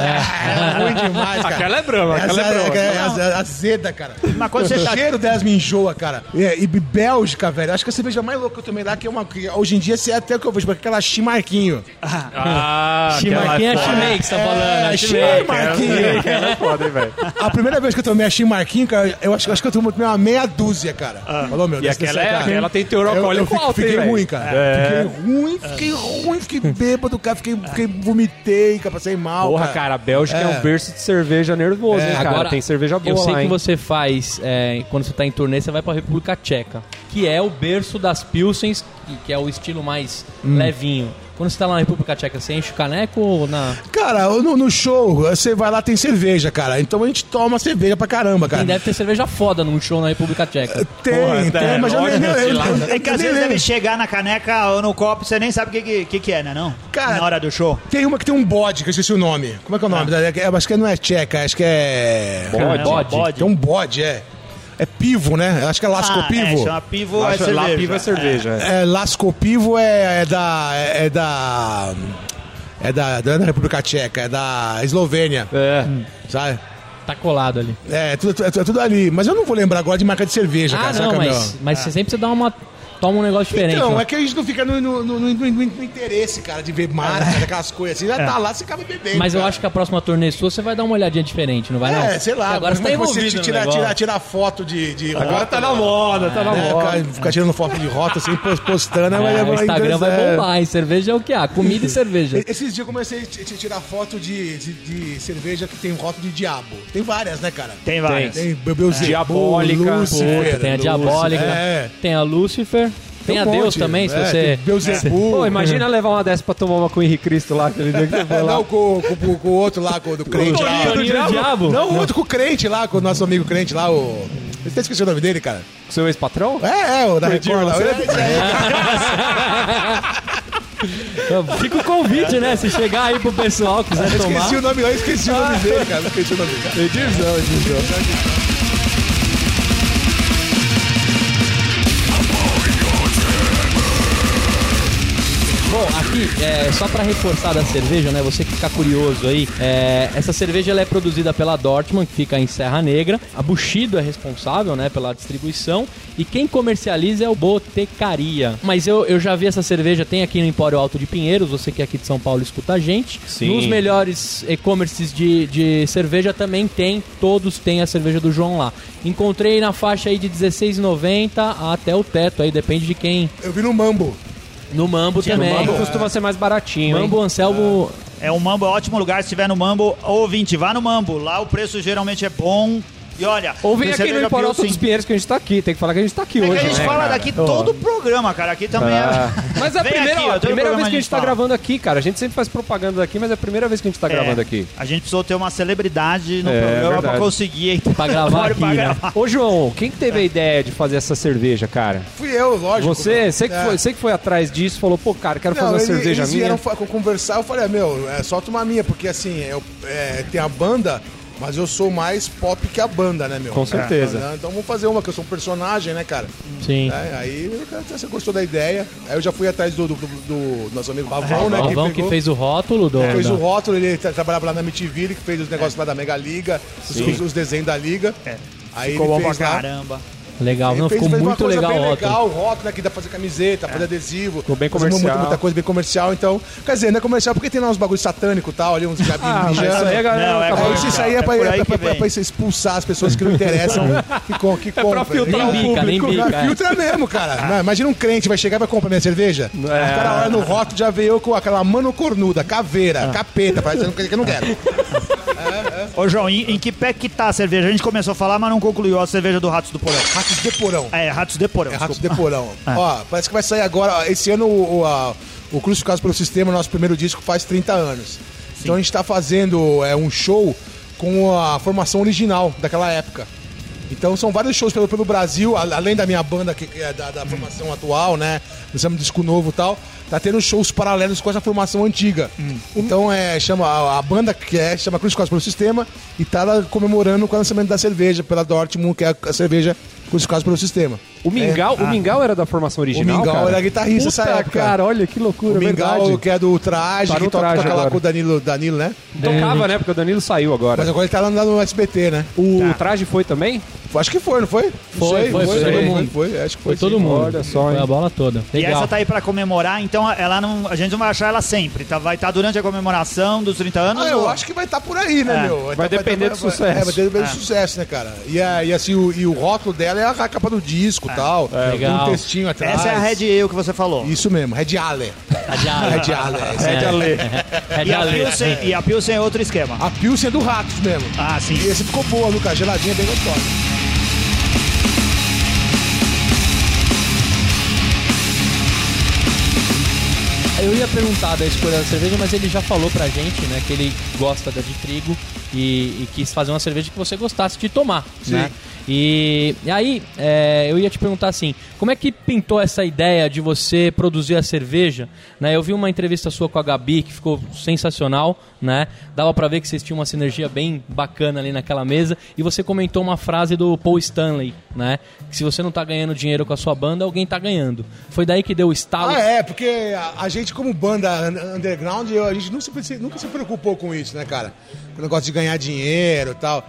Speaker 4: É, é ruim demais, cara.
Speaker 5: Aquela é brama, aquela é brama.
Speaker 4: Essa- é, é, é azeda, cara.
Speaker 2: Mas quando você
Speaker 4: o
Speaker 2: tá-
Speaker 4: cheiro delas me enjoa, cara. É, E, Bélgica, velho. Acho que a cerveja mais louca que eu tomei lá, que é uma. que hoje em dia assim, é até o que eu vejo, porque aquela Chimarquinho.
Speaker 5: Ah,
Speaker 1: Chimarquinha é chimei que você tá falando.
Speaker 4: É,
Speaker 1: É chimei.
Speaker 4: Chimarquinho.
Speaker 5: é foda, hein, velho.
Speaker 4: A primeira vez que eu tomei a Chimarquinho, cara, eu acho, acho que eu tomei uma meia dúzia, cara. Falou, meu
Speaker 5: E
Speaker 4: dessa-
Speaker 5: aquela é-
Speaker 4: cara,
Speaker 5: aquela tem teor
Speaker 4: eu- Eu,
Speaker 5: alcoólico
Speaker 4: fiquei-
Speaker 5: alto, hein,
Speaker 4: fiquei
Speaker 5: velho? É.
Speaker 4: ruim, cara. Fiquei ruim, fiquei ruim, fiquei bêbado, cara. Fiquei, fiquei vomitei, cara, passei mal.
Speaker 5: Porra, cara, a Bélgica é. um berço de cerveja nervoso, hein, cara?
Speaker 1: É, Agora,
Speaker 5: tem cerveja boa
Speaker 1: Eu sei
Speaker 5: lá,
Speaker 1: que
Speaker 5: hein?
Speaker 1: você faz, é, quando você tá em turnê, você vai pra República Tcheca, que é o berço das Pilsens, que- que é o estilo mais
Speaker 4: Hum.
Speaker 1: levinho. Quando você tá lá na República Tcheca, você enche o caneco ou na...
Speaker 4: Cara, no, no show, você vai lá, tem cerveja, cara. Então a gente toma cerveja pra caramba, cara.
Speaker 1: Quem deve tá, ter cerveja foda num show na República Tcheca.
Speaker 4: Tem, tem,
Speaker 5: é,
Speaker 4: mas eu nem
Speaker 5: lógico,
Speaker 4: eu- eu- eu-
Speaker 2: É que às
Speaker 4: eu nem
Speaker 2: vezes deve
Speaker 4: lembro.
Speaker 2: chegar na caneca ou no copo, você nem sabe o que, que, que, que é, né? Não?
Speaker 4: Cara-
Speaker 2: na hora do show.
Speaker 4: Tem uma que tem um bode, que eu esqueci o nome. Como é que é o nome? É, é, Acho que não é tcheca, acho que é.
Speaker 1: Tá. Bode.
Speaker 2: Bode.
Speaker 4: Tem um bode, é. É pivo, né? Acho que é
Speaker 2: Ah, é,
Speaker 4: lascopivo.
Speaker 2: chama pivo
Speaker 5: Lá,
Speaker 2: é cerveja.
Speaker 5: lá piva é cerveja. é.
Speaker 4: é, lascopivo é, é da. É, é da. É da, não é da República Tcheca, é da Eslovênia,
Speaker 5: É.
Speaker 4: sabe?
Speaker 1: Tá colado ali.
Speaker 4: É, é tudo, é tudo- é tudo ali. Mas eu não vou lembrar agora de marca de cerveja,
Speaker 1: Ah,
Speaker 4: cara.
Speaker 1: não,
Speaker 4: saca, meu?
Speaker 1: mas, mas você sempre dá uma... Toma um negócio diferente.
Speaker 4: Então,
Speaker 1: ó.
Speaker 4: é que a gente não fica no, no- no- no- no- no interesse, cara, de ver marca, daquelas coisas assim. Já tá lá, você acaba bebendo.
Speaker 1: É. Mas eu
Speaker 4: cara.
Speaker 1: acho que a próxima turnê sua, você vai dar uma olhadinha diferente, não vai não?
Speaker 4: tá. É, sei lá.
Speaker 1: Porque Agora você tá
Speaker 4: mas como é que
Speaker 1: envolvido no
Speaker 4: tira,
Speaker 1: negócio.
Speaker 4: tira, tira foto de. de
Speaker 5: Agora tá na moda, tá na
Speaker 4: É,
Speaker 5: moda.
Speaker 4: cara, ficar tirando foto de rota assim, pos- postando. mas
Speaker 1: É,
Speaker 4: é
Speaker 1: o
Speaker 4: uma
Speaker 1: Instagram vai
Speaker 4: engraçada.
Speaker 1: bombar, hein? Cerveja é o que há, comida e cerveja.
Speaker 4: Esses dias eu comecei a t- t- tirar foto de, de, de cerveja que tem rótulo de diabo. Tem várias, né, cara?
Speaker 2: Tem várias.
Speaker 4: Tem Bebeuzebu,
Speaker 5: Diabólica.
Speaker 4: Lúcifer,
Speaker 1: Puta, tem a Diabólica,
Speaker 4: É.
Speaker 1: tem a Lúcifer, tem, a
Speaker 4: um
Speaker 1: Deus
Speaker 4: monte.
Speaker 1: também, se
Speaker 4: É,
Speaker 1: você...
Speaker 4: tem Beuzebu.
Speaker 5: Pô, imagina levar uma dessa pra tomar uma com o Henrique Cristo lá, aquele dia que você
Speaker 4: É,
Speaker 5: foi lá.
Speaker 4: não, com, com, com- com o outro lá, com o do crente lá.
Speaker 1: Toninho do Diabo?
Speaker 4: Não, o outro com o crente lá, com o nosso amigo crente lá, o. Eu até esqueci o nome dele, cara.
Speaker 5: Seu ex-patrão?
Speaker 4: É, é, o da Record lá. É,
Speaker 1: Fica o convite, né? Se chegar aí pro pessoal, quiser
Speaker 4: eu
Speaker 1: tomar.
Speaker 4: esqueci o nome, eu esqueci o
Speaker 5: Ah.
Speaker 4: nome dele, cara. eu Esqueci o nome dele.
Speaker 5: Edilzão, Edilzão.
Speaker 3: Oi,
Speaker 1: Bom, aqui, é, só pra reforçar da cerveja, né? Você que ficar curioso aí, é, essa cerveja ela é produzida pela Dortmund, que fica em Serra Negra. A Bushido é responsável, né, pela distribuição. E quem comercializa é o Botecaria. Mas eu, eu já vi essa cerveja, tem aqui no Empório Alto de Pinheiros. Você que é aqui de São Paulo escuta a gente.
Speaker 5: Sim.
Speaker 1: Nos melhores e-commerces de, de cerveja também tem, todos têm a cerveja do João lá. Encontrei na faixa aí de R$16,90 até o teto, aí depende de quem.
Speaker 4: Eu vi no Mambo.
Speaker 1: No Mambo
Speaker 5: O
Speaker 1: também.
Speaker 5: Mambo costuma ser mais baratinho, hein?
Speaker 1: Mambo Anselmo.
Speaker 2: É o Mambo, é um ótimo lugar. Se estiver no Mambo, ouvinte, vá no Mambo. Lá o preço geralmente é bom. E olha,
Speaker 5: Ou vem
Speaker 2: tem
Speaker 5: aqui no
Speaker 2: cerveja
Speaker 5: Emporalto
Speaker 2: Pilsen.
Speaker 5: dos Pinheiros que a gente tá aqui. Tem que falar que a gente tá aqui
Speaker 2: É que
Speaker 5: hoje.
Speaker 2: a gente
Speaker 5: né,
Speaker 2: fala
Speaker 5: cara?
Speaker 2: daqui todo o programa, cara. Aqui também
Speaker 5: Ah.
Speaker 2: é.
Speaker 5: Mas é a
Speaker 2: Vem
Speaker 5: primeira,
Speaker 2: aqui, ó,
Speaker 5: a
Speaker 2: todo
Speaker 5: primeira
Speaker 2: programa
Speaker 5: vez que a gente tá
Speaker 2: fala.
Speaker 5: gravando aqui, cara. A gente sempre faz propaganda daqui, mas é a primeira vez que a gente tá
Speaker 2: É,
Speaker 5: gravando aqui.
Speaker 2: A gente precisou ter uma celebridade no
Speaker 5: É,
Speaker 2: programa pra
Speaker 5: verdade.
Speaker 2: conseguir. então,
Speaker 1: Pra gravar
Speaker 2: Bora
Speaker 1: aqui, né?
Speaker 5: Ô, João, quem que teve a ideia de fazer essa cerveja, cara?
Speaker 4: Fui eu, lógico.
Speaker 5: Você, você que,
Speaker 4: É.
Speaker 5: foi, você que foi atrás disso, falou, pô, cara, quero fazer uma
Speaker 4: ele-
Speaker 5: cerveja
Speaker 4: eles
Speaker 5: minha.
Speaker 4: vieram fa- conversar, eu falei, ah, meu, é, solta uma minha, porque assim, eu, é, tem a banda, mas eu sou mais pop que a banda, né, meu?
Speaker 5: Com certeza.
Speaker 4: É, né? Então vamos fazer uma, que eu sou um personagem, né, cara?
Speaker 1: Sim.
Speaker 4: É, aí cara, você gostou da ideia. Aí eu já fui atrás do, do, do- do nosso amigo Pavão, né?
Speaker 1: O Galvão que,
Speaker 4: pegou-
Speaker 1: fez o rótulo do.
Speaker 4: fez
Speaker 1: da-
Speaker 4: o rótulo, ele tra- trabalhava lá na MTV, que fez os negócios lá da Mega Liga, os, os- os desenhos da Liga.
Speaker 2: É.
Speaker 4: Aí
Speaker 2: Ficou
Speaker 4: ele
Speaker 2: bom pra
Speaker 4: fez lá.
Speaker 2: caramba.
Speaker 1: Legal,
Speaker 4: Ele
Speaker 1: não,
Speaker 4: fez-
Speaker 1: ficou
Speaker 4: fez uma
Speaker 1: muito
Speaker 4: coisa
Speaker 1: legal o
Speaker 4: bem
Speaker 1: rótulo.
Speaker 4: legal, o rótulo, né, que dá pra fazer camiseta, fazer adesivo. Ficou
Speaker 5: bem
Speaker 4: Muita,
Speaker 5: comercial.
Speaker 4: muita coisa bem comercial, então... Quer dizer, não é comercial porque tem lá uns bagulhos satânicos e tal, ali uns
Speaker 5: Ah,
Speaker 4: gabinhos
Speaker 5: mas isso aí a galera
Speaker 2: Não, é
Speaker 5: acabou
Speaker 4: É,
Speaker 2: bom.
Speaker 5: de-
Speaker 4: isso, isso aí é,
Speaker 2: É
Speaker 4: pra,
Speaker 2: por
Speaker 4: é
Speaker 2: aí que
Speaker 4: pra- pra-
Speaker 2: vem.
Speaker 4: pra você expulsar as pessoas que não interessam, que, com, que compram.
Speaker 5: filtrar
Speaker 1: Nem bica, nem
Speaker 4: Ah,
Speaker 1: bica. é.
Speaker 4: Filtra mesmo, cara. Não, imagina um crente vai chegar e vai comprar minha cerveja. O cara olha no rótulo já veio com aquela mano cornuda, caveira, capeta, parecendo que eu não quero.
Speaker 2: Ô, João, em, em que pé que tá a cerveja? A gente começou a falar, mas não concluiu a cerveja do Ratos do Porão.
Speaker 4: Ratos de porão.
Speaker 2: É, Ratos de Porão.
Speaker 4: É
Speaker 2: desculpa.
Speaker 4: Ratos de Porão. Ó, parece que vai sair agora. ó, Esse ano o, o, a- o Crucificados pelo Sistema, nosso primeiro disco, faz 30 anos. Então a gente tá fazendo é, um show com a formação original daquela época. Então são vários shows pelo, pelo Brasil, a- além da minha banda, que que é da,
Speaker 2: Hum.
Speaker 4: da formação atual, né? Lançamos disco novo e tal. Tá tendo shows paralelos com essa formação antiga.
Speaker 2: Hum.
Speaker 4: Então é, chama, a, a banda que é, chama Crucificados pelo Sistema e tá lá comemorando com o lançamento da cerveja pela Dortmund, que é a, a cerveja Crucificados pelo Sistema.
Speaker 5: O Mingau, É. o Mingau era da formação original,
Speaker 4: Mingau
Speaker 5: cara?
Speaker 4: era guitarrista
Speaker 5: Puta,
Speaker 4: nessa época.
Speaker 5: cara, olha que loucura,
Speaker 4: O Mingau,
Speaker 5: verdade.
Speaker 4: que é do traje,
Speaker 5: Tá
Speaker 4: que
Speaker 5: no
Speaker 4: toca,
Speaker 5: Traje
Speaker 4: toca lá
Speaker 5: agora.
Speaker 4: com o Danilo, Danilo, né?
Speaker 5: Tocava, né? Porque o Danilo saiu agora.
Speaker 4: Mas agora ele tá lá no SBT, né?
Speaker 5: O traje foi também?
Speaker 4: Acho que foi, não foi? Não
Speaker 1: Foi,
Speaker 4: sei,
Speaker 1: foi, foi.
Speaker 4: todo
Speaker 1: Foi.
Speaker 4: mundo. Foi, acho que foi.
Speaker 1: Foi todo
Speaker 4: sim.
Speaker 1: mundo.
Speaker 5: Olha só,
Speaker 1: Foi
Speaker 5: hein.
Speaker 1: a bola toda.
Speaker 2: E
Speaker 1: Legal.
Speaker 2: essa tá aí pra comemorar, então ela não, a gente não vai achar ela sempre, tá? Vai estar durante a comemoração dos 30 anos?
Speaker 4: Ah, eu
Speaker 2: ou-
Speaker 4: acho que vai estar por aí, né,
Speaker 2: É,
Speaker 4: meu?
Speaker 5: vai
Speaker 4: tá-
Speaker 5: depender
Speaker 4: tá-
Speaker 5: do
Speaker 4: vai-
Speaker 5: sucesso.
Speaker 4: É, vai depender do
Speaker 2: É.
Speaker 4: sucesso, né, cara? E, a- e assim, o, e o rótulo dela é a capa do disco e tal.
Speaker 1: Legal.
Speaker 4: Com um textinho atrás.
Speaker 2: Essa é a Red Ale que você falou.
Speaker 4: Isso mesmo, Red Ale.
Speaker 1: Ah,
Speaker 4: Red Ale. essa é.
Speaker 1: É
Speaker 2: E
Speaker 1: de
Speaker 2: a,
Speaker 1: Ale.
Speaker 2: Pilsen, e a Pilsen é outro esquema.
Speaker 4: A Pilsen é do Ratos mesmo.
Speaker 2: Ah, sim.
Speaker 4: E esse ficou boa, Lucas. Geladinha, bem gostosa.
Speaker 1: Eu ia perguntar da escolha da cerveja, mas ele já falou pra gente, né, que ele gosta da de trigo e, e quis fazer uma cerveja que você gostasse de tomar, né? E, e aí, é, eu ia te perguntar assim, como é que pintou essa ideia de você produzir a cerveja? Né, eu vi uma entrevista sua com a Gabi, que ficou sensacional, né? Dava pra ver que vocês tinham uma sinergia bem bacana ali naquela mesa. E você comentou uma frase do Paul Stanley, né? Que se você não tá ganhando dinheiro com a sua banda, alguém tá ganhando. Foi daí que deu o estalo.
Speaker 4: Ah, é, porque a, a gente, como banda un- underground, eu- a gente nunca se, nunca se preocupou com isso, né, cara? Com o negócio de ganhar dinheiro e tal.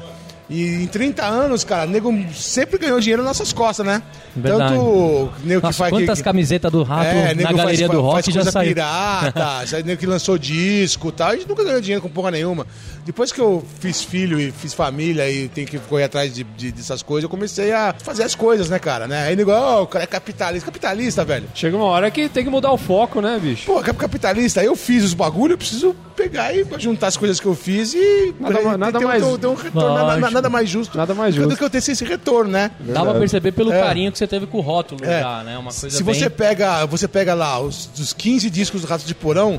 Speaker 4: E em 30 anos, cara, nego sempre ganhou dinheiro nas nossas costas, né?
Speaker 1: Verdade.
Speaker 4: Tanto nego que
Speaker 1: Nossa,
Speaker 4: faz.
Speaker 1: quantas
Speaker 4: que,
Speaker 1: camisetas do rato
Speaker 4: é, nego
Speaker 1: na galeria
Speaker 4: faz,
Speaker 1: do
Speaker 4: faz
Speaker 1: rock já
Speaker 4: coisa
Speaker 1: saiu.
Speaker 4: pirata, sai nego que lançou disco e tal. A gente nunca ganhou dinheiro com porra nenhuma. Depois que eu fiz filho e fiz família e tem que correr atrás de, de- dessas coisas, eu comecei a fazer as coisas, né, cara? Né? Aí nego, ó, o cara é capitalista. Capitalista, velho.
Speaker 5: Chega uma hora que tem que mudar o foco, né, bicho?
Speaker 4: Pô, cap- capitalista, eu fiz os bagulho, eu preciso pegar e juntar as coisas que eu fiz e.
Speaker 5: Nada
Speaker 4: e
Speaker 5: ma- nada
Speaker 4: ter um-
Speaker 5: mais-
Speaker 4: ter um- ter um retorno, nada,
Speaker 1: Lógico.
Speaker 4: nada mais justo.
Speaker 5: Nada mais
Speaker 4: do
Speaker 5: justo.
Speaker 4: que eu ter esse retorno, né?
Speaker 1: Dá pra perceber pelo
Speaker 4: É.
Speaker 1: carinho que você teve com o rótulo
Speaker 4: É.
Speaker 1: já, né? Uma coisa
Speaker 4: Se
Speaker 1: bem...
Speaker 4: você pega, você pega lá os, dos 15 discos do Rato de Porão,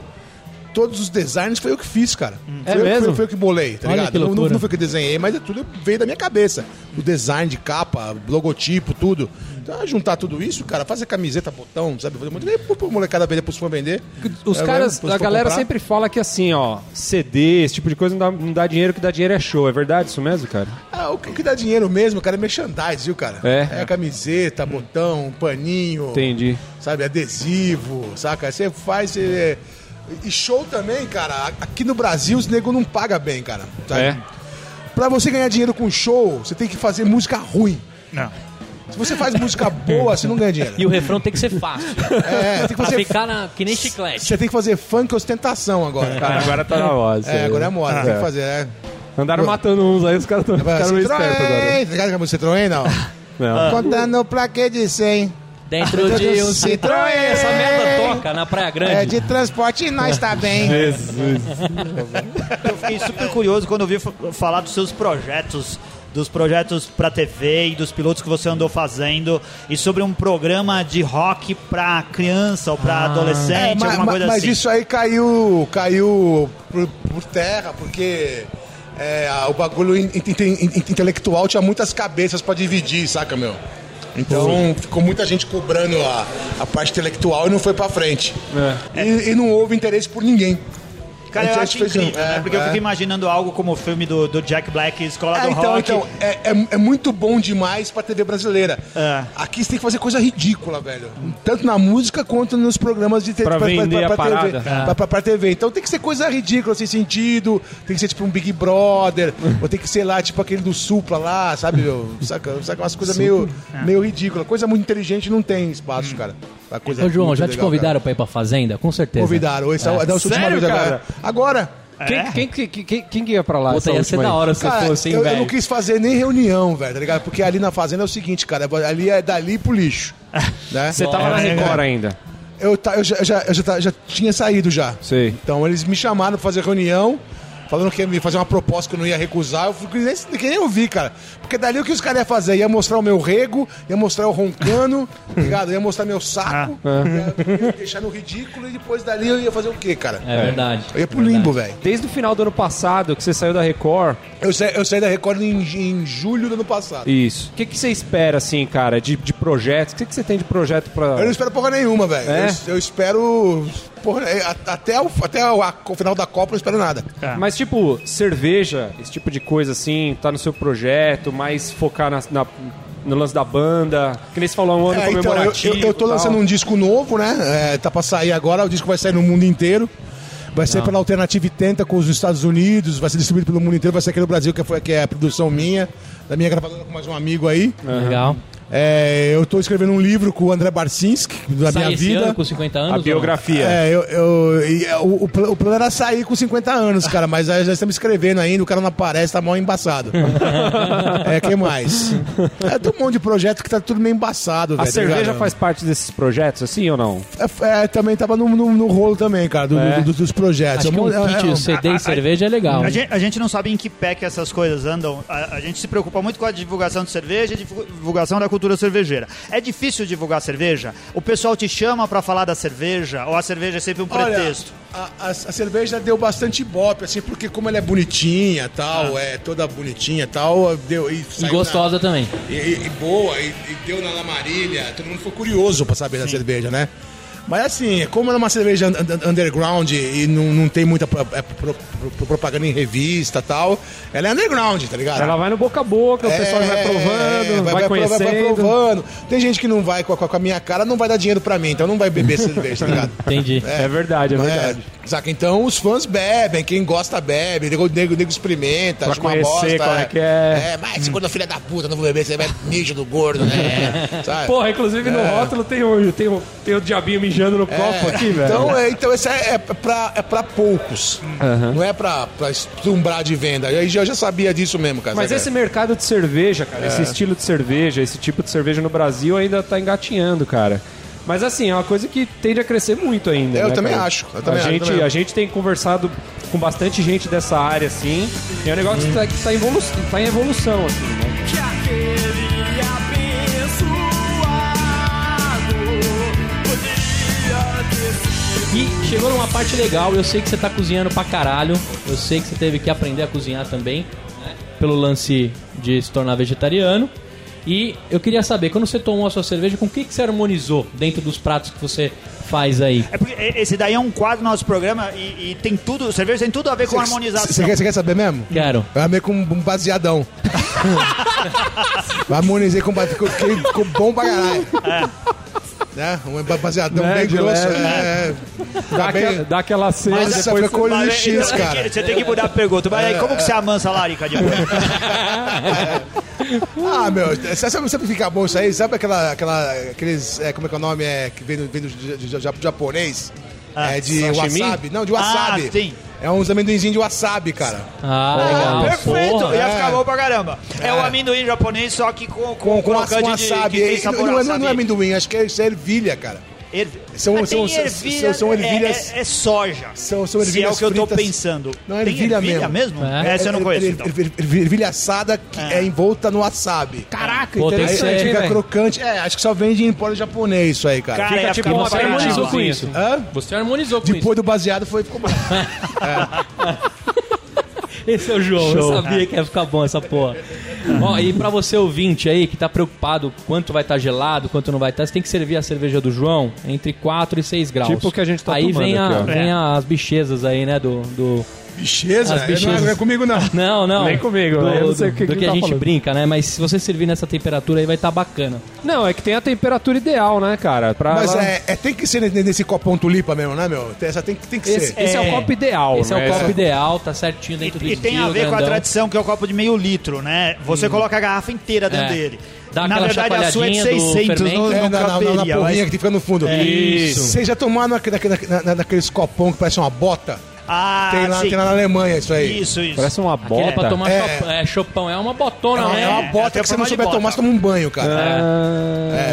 Speaker 4: todos os designs foi eu que fiz, cara.
Speaker 5: É
Speaker 4: Foi eu-
Speaker 5: mesmo?
Speaker 4: foi, foi eu que bolei, tá
Speaker 1: Olha
Speaker 4: ligado?
Speaker 1: que
Speaker 4: Não, não,
Speaker 1: loucura.
Speaker 4: é não foi eu que desenhei, mas tudo veio da minha cabeça. O design de capa, logotipo, tudo. Então, juntar tudo isso, cara, fazer camiseta, botão, sabe? Fazer um muito. Nem pro, pro molecada vender, pros fãs vender.
Speaker 5: Os
Speaker 4: É,
Speaker 5: caras,
Speaker 4: né?
Speaker 5: a
Speaker 4: Pros fãs
Speaker 5: galera
Speaker 4: comprar.
Speaker 5: sempre fala que assim, ó, CD, esse tipo de coisa não dá, não dá dinheiro, o que dá dinheiro é show. É verdade isso mesmo, cara?
Speaker 4: Ah, o que o que dá dinheiro mesmo, cara, é merchandise, viu, cara?
Speaker 5: É.
Speaker 4: É camiseta, botão, um paninho.
Speaker 5: Entendi.
Speaker 4: sabe, adesivo, saca? Você faz. você- é- E show também, cara. Aqui no Brasil os nego não paga bem, cara. sabe?
Speaker 5: É.
Speaker 4: Pra você ganhar dinheiro com show, você tem que fazer música ruim.
Speaker 2: Não.
Speaker 4: Se você faz música boa, você não ganha dinheiro.
Speaker 1: E o refrão tem que ser fácil.
Speaker 4: É, tem que
Speaker 1: pra
Speaker 4: fazer.
Speaker 1: ficar na, que nem chiclete.
Speaker 4: Você tem que fazer funk ostentação agora, cara.
Speaker 5: Agora tá na voz.
Speaker 4: É, agora é moda, tem que fazer, é.
Speaker 5: Andaram matando uns aí, os caras tão- ficaram meio espertos agora.
Speaker 4: Citroën! Tá ligado que é Citroën, não?
Speaker 5: Não.
Speaker 4: Contando pra que de 100.
Speaker 1: Dentro de um
Speaker 4: Citroën.
Speaker 1: Citroën. Essa merda toca na Praia
Speaker 4: tá É
Speaker 1: Grande.
Speaker 4: de transporte e nós tá bem.
Speaker 5: É.
Speaker 2: Eu fiquei super curioso quando eu vi fa- falar dos seus projetos, dos projetos pra TV e dos pilotos que você andou fazendo, e sobre um programa de rock pra criança ou pra adolescente,
Speaker 4: É, ma-
Speaker 2: alguma
Speaker 4: ma-
Speaker 2: coisa
Speaker 4: mas
Speaker 2: assim.
Speaker 4: isso aí caiu, caiu por, por terra, porque é, a- o bagulho in- in- in- in- intelectual tinha muitas cabeças pra dividir, saca, meu? Então ficou muita gente cobrando a, a parte intelectual e não foi pra frente. E, e não houve interesse por ninguém.
Speaker 2: Cara, eu
Speaker 4: A gente
Speaker 2: acho
Speaker 4: fez um-
Speaker 2: incrível, né?
Speaker 4: é,
Speaker 2: Porque eu
Speaker 4: é.
Speaker 2: fico imaginando algo como o filme do, do Jack Black, Escola
Speaker 5: Ah,
Speaker 4: É,
Speaker 2: do
Speaker 4: então,
Speaker 2: Rock.
Speaker 4: então é, é- é muito bom demais pra TV brasileira.
Speaker 2: É.
Speaker 4: Aqui você tem que fazer coisa ridícula, velho. Tanto na música quanto nos programas de TV.
Speaker 5: Pra vender a
Speaker 4: TV,
Speaker 5: parada.
Speaker 4: pra, pra- pra TV. Então tem que ser coisa ridícula, sem sentido. Tem que ser tipo um Big Brother. ou tem que ser lá, tipo aquele do Supla lá, sabe? meu? Saca, saca umas coisas meio,
Speaker 5: É.
Speaker 4: meio ridícula. Coisa muito inteligente não tem
Speaker 5: Hum.
Speaker 4: espaço, cara. Pra coisa
Speaker 1: Ô, João,
Speaker 4: muito
Speaker 1: já te
Speaker 4: legal,
Speaker 1: convidaram pra ir pra Fazenda? Com
Speaker 4: Cara.
Speaker 1: certeza.
Speaker 4: Convidaram. Esse é, o- é a nossa última
Speaker 5: Sério,
Speaker 4: vez agora.
Speaker 5: cara?
Speaker 4: Agora.
Speaker 2: É?
Speaker 5: Quem, quem, quem, quem, quem que ia pra lá?
Speaker 1: Puta,
Speaker 5: essa
Speaker 1: ia ser
Speaker 5: última
Speaker 1: da
Speaker 5: aí?
Speaker 1: hora se
Speaker 4: Cara,
Speaker 1: fosse, hein,
Speaker 4: eu, eu
Speaker 1: assim, velho.
Speaker 4: não quis fazer nem reunião, velho, tá ligado? Porque ali na fazenda é o seguinte, cara, ali é dali pro lixo. né?
Speaker 5: Você
Speaker 1: tá-
Speaker 5: tava na
Speaker 2: É,
Speaker 5: Record ainda.
Speaker 4: Eu, ta- eu já, eu já- eu já ta- já tinha saído já.
Speaker 5: Sei.
Speaker 4: Então eles me chamaram pra fazer reunião, falando que ia me fazer uma proposta que eu não ia recusar. Eu fui, nem, nem ouvi, cara. Porque dali o que os caras iam fazer? Ia mostrar o meu rego, ia mostrar eu roncando, tá ligado? Ia mostrar meu saco,
Speaker 1: Ah.
Speaker 4: né? ia, ia deixar no ridículo e depois dali eu ia fazer o quê, cara?
Speaker 1: É verdade.
Speaker 4: Eu ia pro limbo, velho.
Speaker 5: Desde o final do ano passado, que você saiu da Record,
Speaker 4: Eu, sa- eu saí da Record em, em julho do ano passado.
Speaker 5: Isso. O que, que você espera, assim, cara, de, de projetos? O que, que você tem de projeto pra.
Speaker 4: Eu não espero porra nenhuma, velho.
Speaker 5: É?
Speaker 4: Eu, eu espero. porra, é, a- até o, até o, a- o final da Copa eu não espero nada.
Speaker 5: Mas, tipo, cerveja, esse tipo de coisa, assim, tá no seu projeto, mais focar na, na- no lance da banda. Que nem você falou, um ano
Speaker 4: É, então, eu,
Speaker 5: comemorativo.
Speaker 4: eu, eu tô
Speaker 5: e tal.
Speaker 4: lançando um disco novo, né? É, tá pra sair agora, o disco vai sair no mundo inteiro. Vai ser pela Alternative Tenta com os Estados Unidos, vai ser distribuído pelo mundo inteiro, vai ser aqui no Brasil, que, foi, que é a produção minha, da minha gravadora com mais um amigo aí.
Speaker 1: Legal.
Speaker 4: É, eu tô escrevendo um livro com o André Barcinski, da
Speaker 1: Sai
Speaker 4: minha
Speaker 1: esse
Speaker 4: vida.
Speaker 1: ano com 50 anos?
Speaker 5: A
Speaker 1: ou não?
Speaker 5: biografia.
Speaker 4: É, eu, eu- e, é, o, o pl- o plano era sair com 50 anos, cara, mas aí já estamos escrevendo ainda, o cara não aparece, tá mal embaçado. é, que mais? É, tem um monte de projeto que tá tudo meio embaçado,
Speaker 5: A
Speaker 4: velho, tá
Speaker 5: cerveja
Speaker 4: ligado?
Speaker 5: faz parte desses projetos, assim ou não?
Speaker 4: É, é, também tava no, no- no rolo também, cara, do-
Speaker 5: É.
Speaker 4: do- dos projetos.
Speaker 1: Acho que
Speaker 4: É um-
Speaker 1: um
Speaker 4: é-
Speaker 1: kit
Speaker 4: é um-
Speaker 1: CD e cerveja é legal.
Speaker 2: A
Speaker 1: né?
Speaker 2: gente, a gente não sabe em que pé que essas coisas andam. A, a gente se preocupa muito com a divulgação de cerveja e divu- divulgação da cultura cervejeira. É difícil divulgar cerveja? O pessoal te chama pra falar da cerveja? Ou a cerveja é sempre um
Speaker 4: Olha,
Speaker 2: pretexto?
Speaker 4: a, a- a cerveja deu bastante ibope, assim, porque como ela é bonitinha tal, é toda bonitinha tal, deu. E,
Speaker 1: E
Speaker 4: saiu na-
Speaker 1: gostosa também.
Speaker 4: e, e- e boa, e, e deu na lamarilha. Todo mundo ficou curioso pra saber da cerveja, né? Mas assim, como era uma cerveja un- un- underground e não, não tem muita pro- é, pro- pro- propaganda em revista e tal, ela é underground, tá ligado?
Speaker 5: Ela vai no boca a boca, o pessoal vai provando, vai,
Speaker 4: prova-
Speaker 5: conhecendo.
Speaker 4: É, vai provando. Tem gente que não vai com a, com a minha cara, não vai dar dinheiro pra mim, então não vai beber cerveja, tá ligado?
Speaker 1: Entendi.
Speaker 5: É verdade, é
Speaker 4: Não é?
Speaker 5: verdade.
Speaker 4: Saca? Então os fãs bebem, quem gosta bebe, nego, nego, nego experimenta,
Speaker 5: Pra
Speaker 4: acha uma
Speaker 5: conhecer
Speaker 4: bosta.
Speaker 5: qual é que é.
Speaker 4: É, mas segunda filha da puta, não vou beber, você vai mijo do gordo, né? Sabe?
Speaker 5: Porra, inclusive no rótulo tem o, tem, o, tem o diabinho mijando no
Speaker 4: É,
Speaker 5: copo aqui, velho.
Speaker 4: Então, é, então esse é, é, pra, é pra poucos. Não é pra, pra estrumbrar de venda. Eu já, eu já sabia disso mesmo, cara.
Speaker 5: Mas
Speaker 4: saca?
Speaker 5: esse mercado de cerveja, cara,
Speaker 4: É.
Speaker 5: esse estilo de cerveja, esse tipo de cerveja no Brasil ainda tá engatinhando, cara. Mas assim, é uma coisa que tende a crescer muito ainda.
Speaker 4: Eu
Speaker 5: né,
Speaker 4: também
Speaker 5: cara?
Speaker 4: acho, eu também
Speaker 5: a
Speaker 4: acho, eu
Speaker 5: gente,
Speaker 4: também
Speaker 5: a
Speaker 4: acho.
Speaker 5: gente tem conversado com bastante gente dessa área, assim, e é um negócio que, tá, que tá em evolu- tá em evolução, assim, né?
Speaker 6: que aquele abençoado podia ter
Speaker 1: E chegou numa parte legal, eu sei que você tá cozinhando pra caralho, eu sei que você teve que aprender a cozinhar também, né, pelo lance de se tornar vegetariano. E eu queria saber, quando você tomou a sua cerveja, com o que, que você harmonizou dentro dos pratos que você faz aí?
Speaker 2: É porque esse daí é um quadro do nosso programa e, e tem tudo, cerveja tem tudo a ver com harmonização.
Speaker 4: Você quer, você quer saber mesmo?
Speaker 1: Quero.
Speaker 4: Eu amei com um baseadão. Eu harmonizei com ba- ficou, fiquei- ficou bom pra caralho.
Speaker 2: É.
Speaker 4: Né? Um ba- baseadão
Speaker 5: Né,
Speaker 4: bem
Speaker 5: de
Speaker 4: grosso.
Speaker 5: leve,
Speaker 4: É,
Speaker 5: Dá,
Speaker 4: Tá bem-
Speaker 5: aquela, dá aquela cena
Speaker 4: Mas
Speaker 5: depois...
Speaker 4: essa foi com olho no X,
Speaker 2: Então,
Speaker 4: cara.
Speaker 2: Você tem que mudar a pergunta. Mas aí, como que você amansa a larica depois?
Speaker 4: Ah, meu, sabe, sabe, sabe ficar bom isso aí? Sabe aquela, aquela aqueles, é, como é que é o nome? É, que vem do, vem do ja- ja- ja- japonês? é de
Speaker 5: sashimi?
Speaker 4: wasabi? Não, de wasabi.
Speaker 2: Ah, sim.
Speaker 4: É uns amendoinzinhos de wasabi, cara.
Speaker 1: Ah, legal.
Speaker 2: Perfeito,
Speaker 1: Porra.
Speaker 2: ia
Speaker 4: é.
Speaker 2: ficar bom pra caramba. É, o amendoim japonês, só que com, com,
Speaker 4: Com, com, a-
Speaker 2: crocante
Speaker 4: com
Speaker 2: de-
Speaker 4: wasabi.
Speaker 2: que tem
Speaker 4: E
Speaker 2: sabor
Speaker 4: não, é-
Speaker 2: wasabi.
Speaker 4: não é amendoim, acho que é, isso é ervilha, cara.
Speaker 2: Ervi-
Speaker 4: São-
Speaker 2: Mas
Speaker 4: são-
Speaker 2: tem
Speaker 4: são-
Speaker 2: ervilha,
Speaker 4: são- são
Speaker 2: é-
Speaker 4: ervilhas-
Speaker 2: É, é soja.
Speaker 4: São- são
Speaker 2: Se é o
Speaker 4: ervilhas
Speaker 2: que eu tô
Speaker 4: fritas.
Speaker 2: pensando.
Speaker 4: Não, é
Speaker 2: Tem
Speaker 4: ervilha mesmo.
Speaker 2: mesmo?
Speaker 1: É.
Speaker 2: Essa eu não
Speaker 4: É-
Speaker 2: conheço,
Speaker 4: é-
Speaker 2: então. Ah.
Speaker 4: é- é- Ervilha assada que é envolta no wasabi.
Speaker 5: Caraca,
Speaker 1: Pô, tem
Speaker 4: Aí
Speaker 1: Isso
Speaker 4: fica
Speaker 1: aí,
Speaker 5: velho.
Speaker 4: crocante. É, acho que só vende em empório japonês isso aí, cara.
Speaker 2: Cara,
Speaker 5: Fica
Speaker 2: ia
Speaker 1: é
Speaker 5: tipo
Speaker 2: ficar bom
Speaker 5: uma
Speaker 2: pra
Speaker 1: Você
Speaker 5: perna de
Speaker 2: caramba.
Speaker 1: harmonizou
Speaker 5: Caramba.
Speaker 1: com isso.
Speaker 4: Hã?
Speaker 1: Você harmonizou com
Speaker 4: Depois do baseado foi, ficou bom.
Speaker 1: isso. Esse é o João. Eu sabia que ia ficar bom essa porra. Ó, e pra você ouvinte aí que tá preocupado quanto vai estar gelado, quanto não vai estar, você tem que servir a cerveja do João entre 4 e 6 graus.
Speaker 5: Tipo o que a gente tá
Speaker 1: Aí
Speaker 5: tomando
Speaker 1: vem, a-
Speaker 5: aqui, ó.
Speaker 1: vem as bichezas aí, né, do- do,
Speaker 4: Bicheza?
Speaker 1: As
Speaker 4: né?
Speaker 1: bichezas.
Speaker 4: Não é comigo, não.
Speaker 1: Não, não.
Speaker 5: Nem comigo,
Speaker 1: do,
Speaker 5: eu não sei o que
Speaker 1: do
Speaker 5: que
Speaker 1: que,
Speaker 5: ele
Speaker 1: a
Speaker 5: tá
Speaker 1: gente
Speaker 5: falando.
Speaker 1: brinca, né? Mas se você servir nessa temperatura aí vai estar bacana.
Speaker 5: Não, é que tem a temperatura ideal, né, cara?
Speaker 2: Ah,
Speaker 5: Pra
Speaker 4: Mas
Speaker 5: ela-
Speaker 4: é, é- tem que ser ne- nesse copão tulipa mesmo, né, meu? Essa tem, que- tem que
Speaker 5: Esse,
Speaker 4: ser.
Speaker 5: esse é...
Speaker 1: É.
Speaker 5: o copo ideal,
Speaker 1: Esse é,
Speaker 5: né?
Speaker 1: o copo ideal, tá certinho dentro do
Speaker 2: E tem a
Speaker 1: estilo,
Speaker 2: ver com a
Speaker 1: grandão. Hum.
Speaker 2: tradição, que é o copo de meio litro, né? Você coloca a garrafa inteira dentro
Speaker 1: É.
Speaker 2: dele.
Speaker 1: Dá
Speaker 2: Na
Speaker 1: aquela
Speaker 2: verdade, a sua é de
Speaker 1: chacoalhadinha do
Speaker 2: 600, não,
Speaker 4: É,
Speaker 2: não
Speaker 4: na, na, na, na
Speaker 2: caberia.
Speaker 4: porrinha
Speaker 2: mas- É
Speaker 4: que fica no fundo.
Speaker 1: Isso.
Speaker 4: Vocês já tomaram naque- naque- na- na- naqueles copão que parece uma bota?
Speaker 2: Ah,
Speaker 4: tem, lá,
Speaker 2: sim.
Speaker 4: tem lá na um- Alemanha isso aí.
Speaker 2: Isso, isso.
Speaker 5: Parece uma
Speaker 1: Aquele é pra
Speaker 5: bota.
Speaker 1: tomar
Speaker 4: É.
Speaker 1: chopão, é, chopão, é uma botona,
Speaker 4: É,
Speaker 1: né?
Speaker 4: é uma
Speaker 2: até
Speaker 4: bota que se
Speaker 2: forma
Speaker 4: não
Speaker 2: de
Speaker 4: souber
Speaker 2: bota.
Speaker 4: tomar, você toma um banho, cara.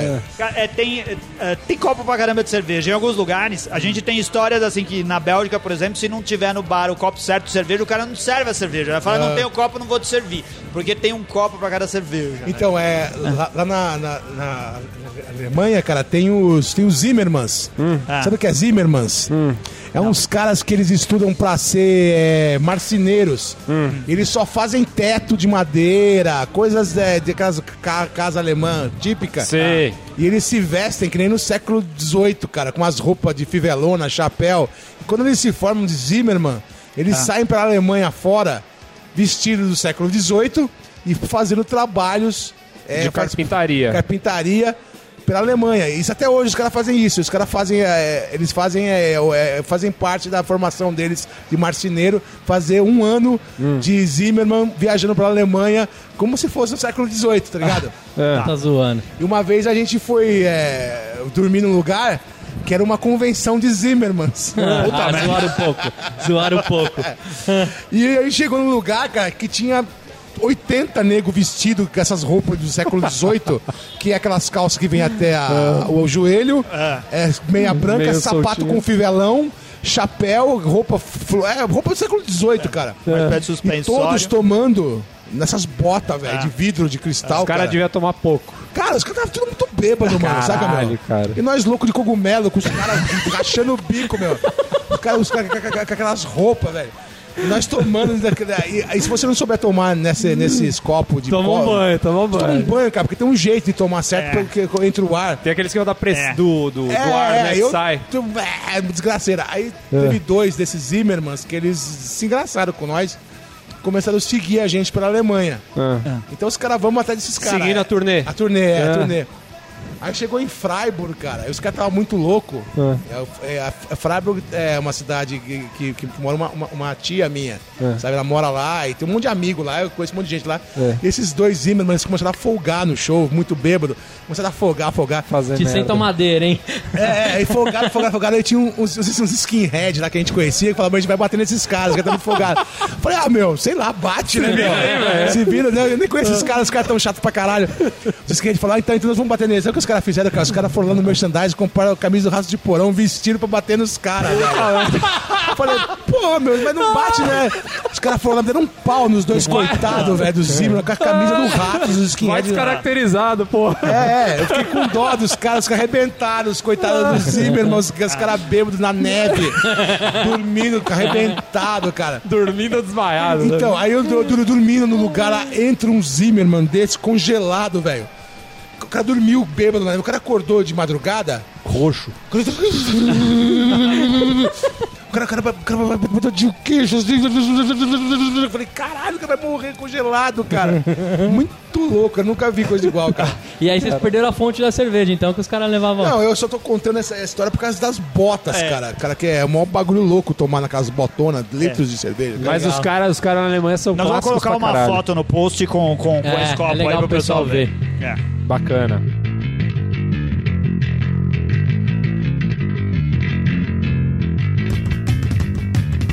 Speaker 5: Ah.
Speaker 4: É.
Speaker 2: É, tem, é, tem copo pra caramba de cerveja. Em alguns lugares, a gente tem histórias assim que na Bélgica, por exemplo, se não tiver no bar o copo certo de cerveja, o cara não serve a cerveja. Ele fala,
Speaker 4: É.
Speaker 2: não tem o copo, não vou te servir. Porque tem um copo pra cada cerveja. né?
Speaker 4: Então, é, lá, lá na, na- na Alemanha, cara, tem os, tem os Zimmermans. Sabe o que é Zimmermans? É uns caras que eles estudam pra ser é, marceneiros. Eles só fazem teto de madeira, coisas é, de casa, ca- casa alemã típica.
Speaker 5: Sei.
Speaker 4: E eles se vestem que nem no século XVIII, cara, com as roupas de fivelona, chapéu. E quando eles se formam de Zimmermann, eles
Speaker 5: Ah.
Speaker 4: saem para a Alemanha fora, vestidos do século XVIII e fazendo trabalhos é,
Speaker 5: De
Speaker 4: faz-
Speaker 5: carpintaria.
Speaker 4: carpintaria pela Alemanha. Isso até hoje os caras fazem isso. Os caras fazem, é, eles fazem, é, o- é, fazem parte da formação deles de marceneiro fazer um ano
Speaker 5: Hum.
Speaker 4: de Zimmermann viajando pela Alemanha como se fosse no século XVIII, tá ligado?
Speaker 1: Tá zoando.
Speaker 4: E uma vez a gente foi é, dormir num lugar que era uma convenção de Zimmermans.
Speaker 1: ah, zoaram um pouco, zoaram um pouco.
Speaker 4: e aí chegou num lugar, cara, que tinha 80 nego vestido com essas roupas do sécuculo XVIII, que é aquelas calças que vem até a- o joelho, é, meia branca,
Speaker 5: Meio
Speaker 4: sapato
Speaker 5: soltinho.
Speaker 4: com fivelão, chapéu, roupa, flu- é, roupa do século XVIII, cara.
Speaker 2: Mas pede
Speaker 4: é. E
Speaker 2: É. suspensório.
Speaker 4: todos tomando nessas botas, velho, de vidro, de cristal,
Speaker 5: O cara
Speaker 4: cara.
Speaker 5: devia tomar pouco.
Speaker 4: Cara, os caras estavam tudo muito bêbado, mano, saca, meu?
Speaker 5: Caralho, cara.
Speaker 4: E nós loucos de cogumelo, com os caras rachando o bico, meu. Os caras os caras com- com com- com aquelas roupas, velho. E nós tomando. daquele- E, aí, se você não souber tomar nesse, nesses copos de
Speaker 5: Toma um
Speaker 4: pó-
Speaker 5: banho, toma um
Speaker 4: Toma um
Speaker 5: banho.
Speaker 4: banho, cara, porque tem um jeito de tomar certo porque entra o ar.
Speaker 5: Tem aquele esquema da press... do, do, do ar, né? que
Speaker 4: É, eu,
Speaker 5: Sai.
Speaker 4: tu- é, desgraceira. Aí
Speaker 5: É.
Speaker 4: teve dois desses Zimmermans que eles se engraçaram com nós. Começaram a seguir a gente pela Alemanha.
Speaker 5: É.
Speaker 4: Então os caras vão atrás desses caras.
Speaker 5: Seguindo a turnê.
Speaker 4: A turnê, é,
Speaker 5: Ah.
Speaker 4: a turnê. Aí chegou em Freiburg, cara. Aí os caras estavam muito louco. É, é, a F- Freiburg é uma cidade que, que, que mora uma, uma, uma tia minha.
Speaker 5: É.
Speaker 4: Sabe? Ela mora lá e tem um monte de amigo lá. Eu conheço um monte de gente lá. E esses dois Zimmermans começaram a folgar no show, muito bêbado. Começaram a folgar, folgar.
Speaker 5: Fazer
Speaker 1: Te
Speaker 5: merda.
Speaker 1: senta madeira, hein?
Speaker 4: É, é, e folgado, folgado, folgado. Aí tinha um, uns, uns, uns skinhead lá que a gente conhecia, que falava, a gente vai bater nesses caras, que estão muito folgados. Falei, ah, meu, sei lá, bate, né, meu? Se vira, né? Eu nem conheço esses caras, os caras tão chatos pra caralho. Os skinhead falaram, ah, então, então nós vamos bater neles. Sabe o que os caras fizeram, cara? Os caras foram lá no merchandising, compraram a camisa do raço de porão, vestiram pra bater nos caras, velho. Eu Falei, pô, meu, mas não bate, né? Os caras foram lá, deram um pau nos dois coitados, velho, do Zimmer, com a camisa do rato, dos
Speaker 5: Vai
Speaker 4: skinhead.
Speaker 5: descaracterizado, pô.
Speaker 4: É, é, eu fiquei com dó dos caras, os caras arrebentaram, os coitados do Zimmerman, os, os caras bêbados na neve, dormindo, arrebentado, cara.
Speaker 5: Dormindo desmaiado. né?
Speaker 4: Então, aí eu, eu, dur- dormindo no lugar lá, entra um Zimmerman desse congelado, velho. o cara dormiu bêbado lá. O cara acordou de madrugada, roxo. O cara, o cara, o cara, vai- o cara vai botar de um queijo assim. Eu falei, caralho, o cara vai morrer congelado, cara. Muito louco, eu nunca vi coisa igual, cara.
Speaker 1: E aí vocês perderam a fonte da cerveja, então, que os caras levavam.
Speaker 4: Não, eu só tô contando essa história por causa das botas, cara. Cara, que é o maior bagulho louco tomar naquelas botonas,
Speaker 2: É.
Speaker 4: litros de cerveja. cara.
Speaker 5: Mas os caras os caras na Alemanha são
Speaker 2: Nós vamos
Speaker 5: clássicos
Speaker 2: colocar
Speaker 5: pra
Speaker 2: uma
Speaker 5: caralho.
Speaker 2: foto no post com, com, com
Speaker 1: É,
Speaker 2: esse copo
Speaker 1: é legal
Speaker 2: aí pro
Speaker 1: o pessoal
Speaker 2: pessoal ver. É.
Speaker 5: Bacana.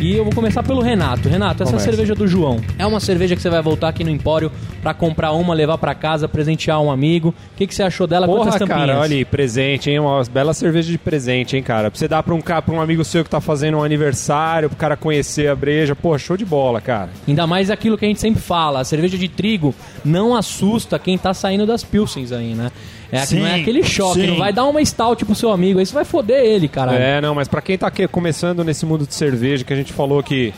Speaker 1: E eu vou começar pelo Renato. Renato, essa
Speaker 5: Começa.
Speaker 1: cerveja do João é uma cerveja que você vai voltar aqui no Empório pra comprar uma, levar pra casa, presentear um amigo. O que, que você achou dela?
Speaker 5: Porra,
Speaker 1: Quantas tampinhas?
Speaker 5: cara, olha aí, presente, hein? Uma bela cerveja de presente, hein, cara? Pra você dar pra um, ca- pra um amigo seu que tá fazendo um aniversário, pro cara conhecer a breja. Pô, show de bola, cara.
Speaker 1: Ainda mais aquilo que a gente sempre fala, a cerveja de trigo não assusta quem tá saindo das pilsens aí, né? É, que
Speaker 2: Sim,
Speaker 1: não é aquele choque,
Speaker 2: sim.
Speaker 1: não vai dar uma stout pro seu amigo, aí você vai foder ele, caralho.
Speaker 5: É, não, mas pra quem tá aqui começando nesse mundo de cerveja, que a gente falou que,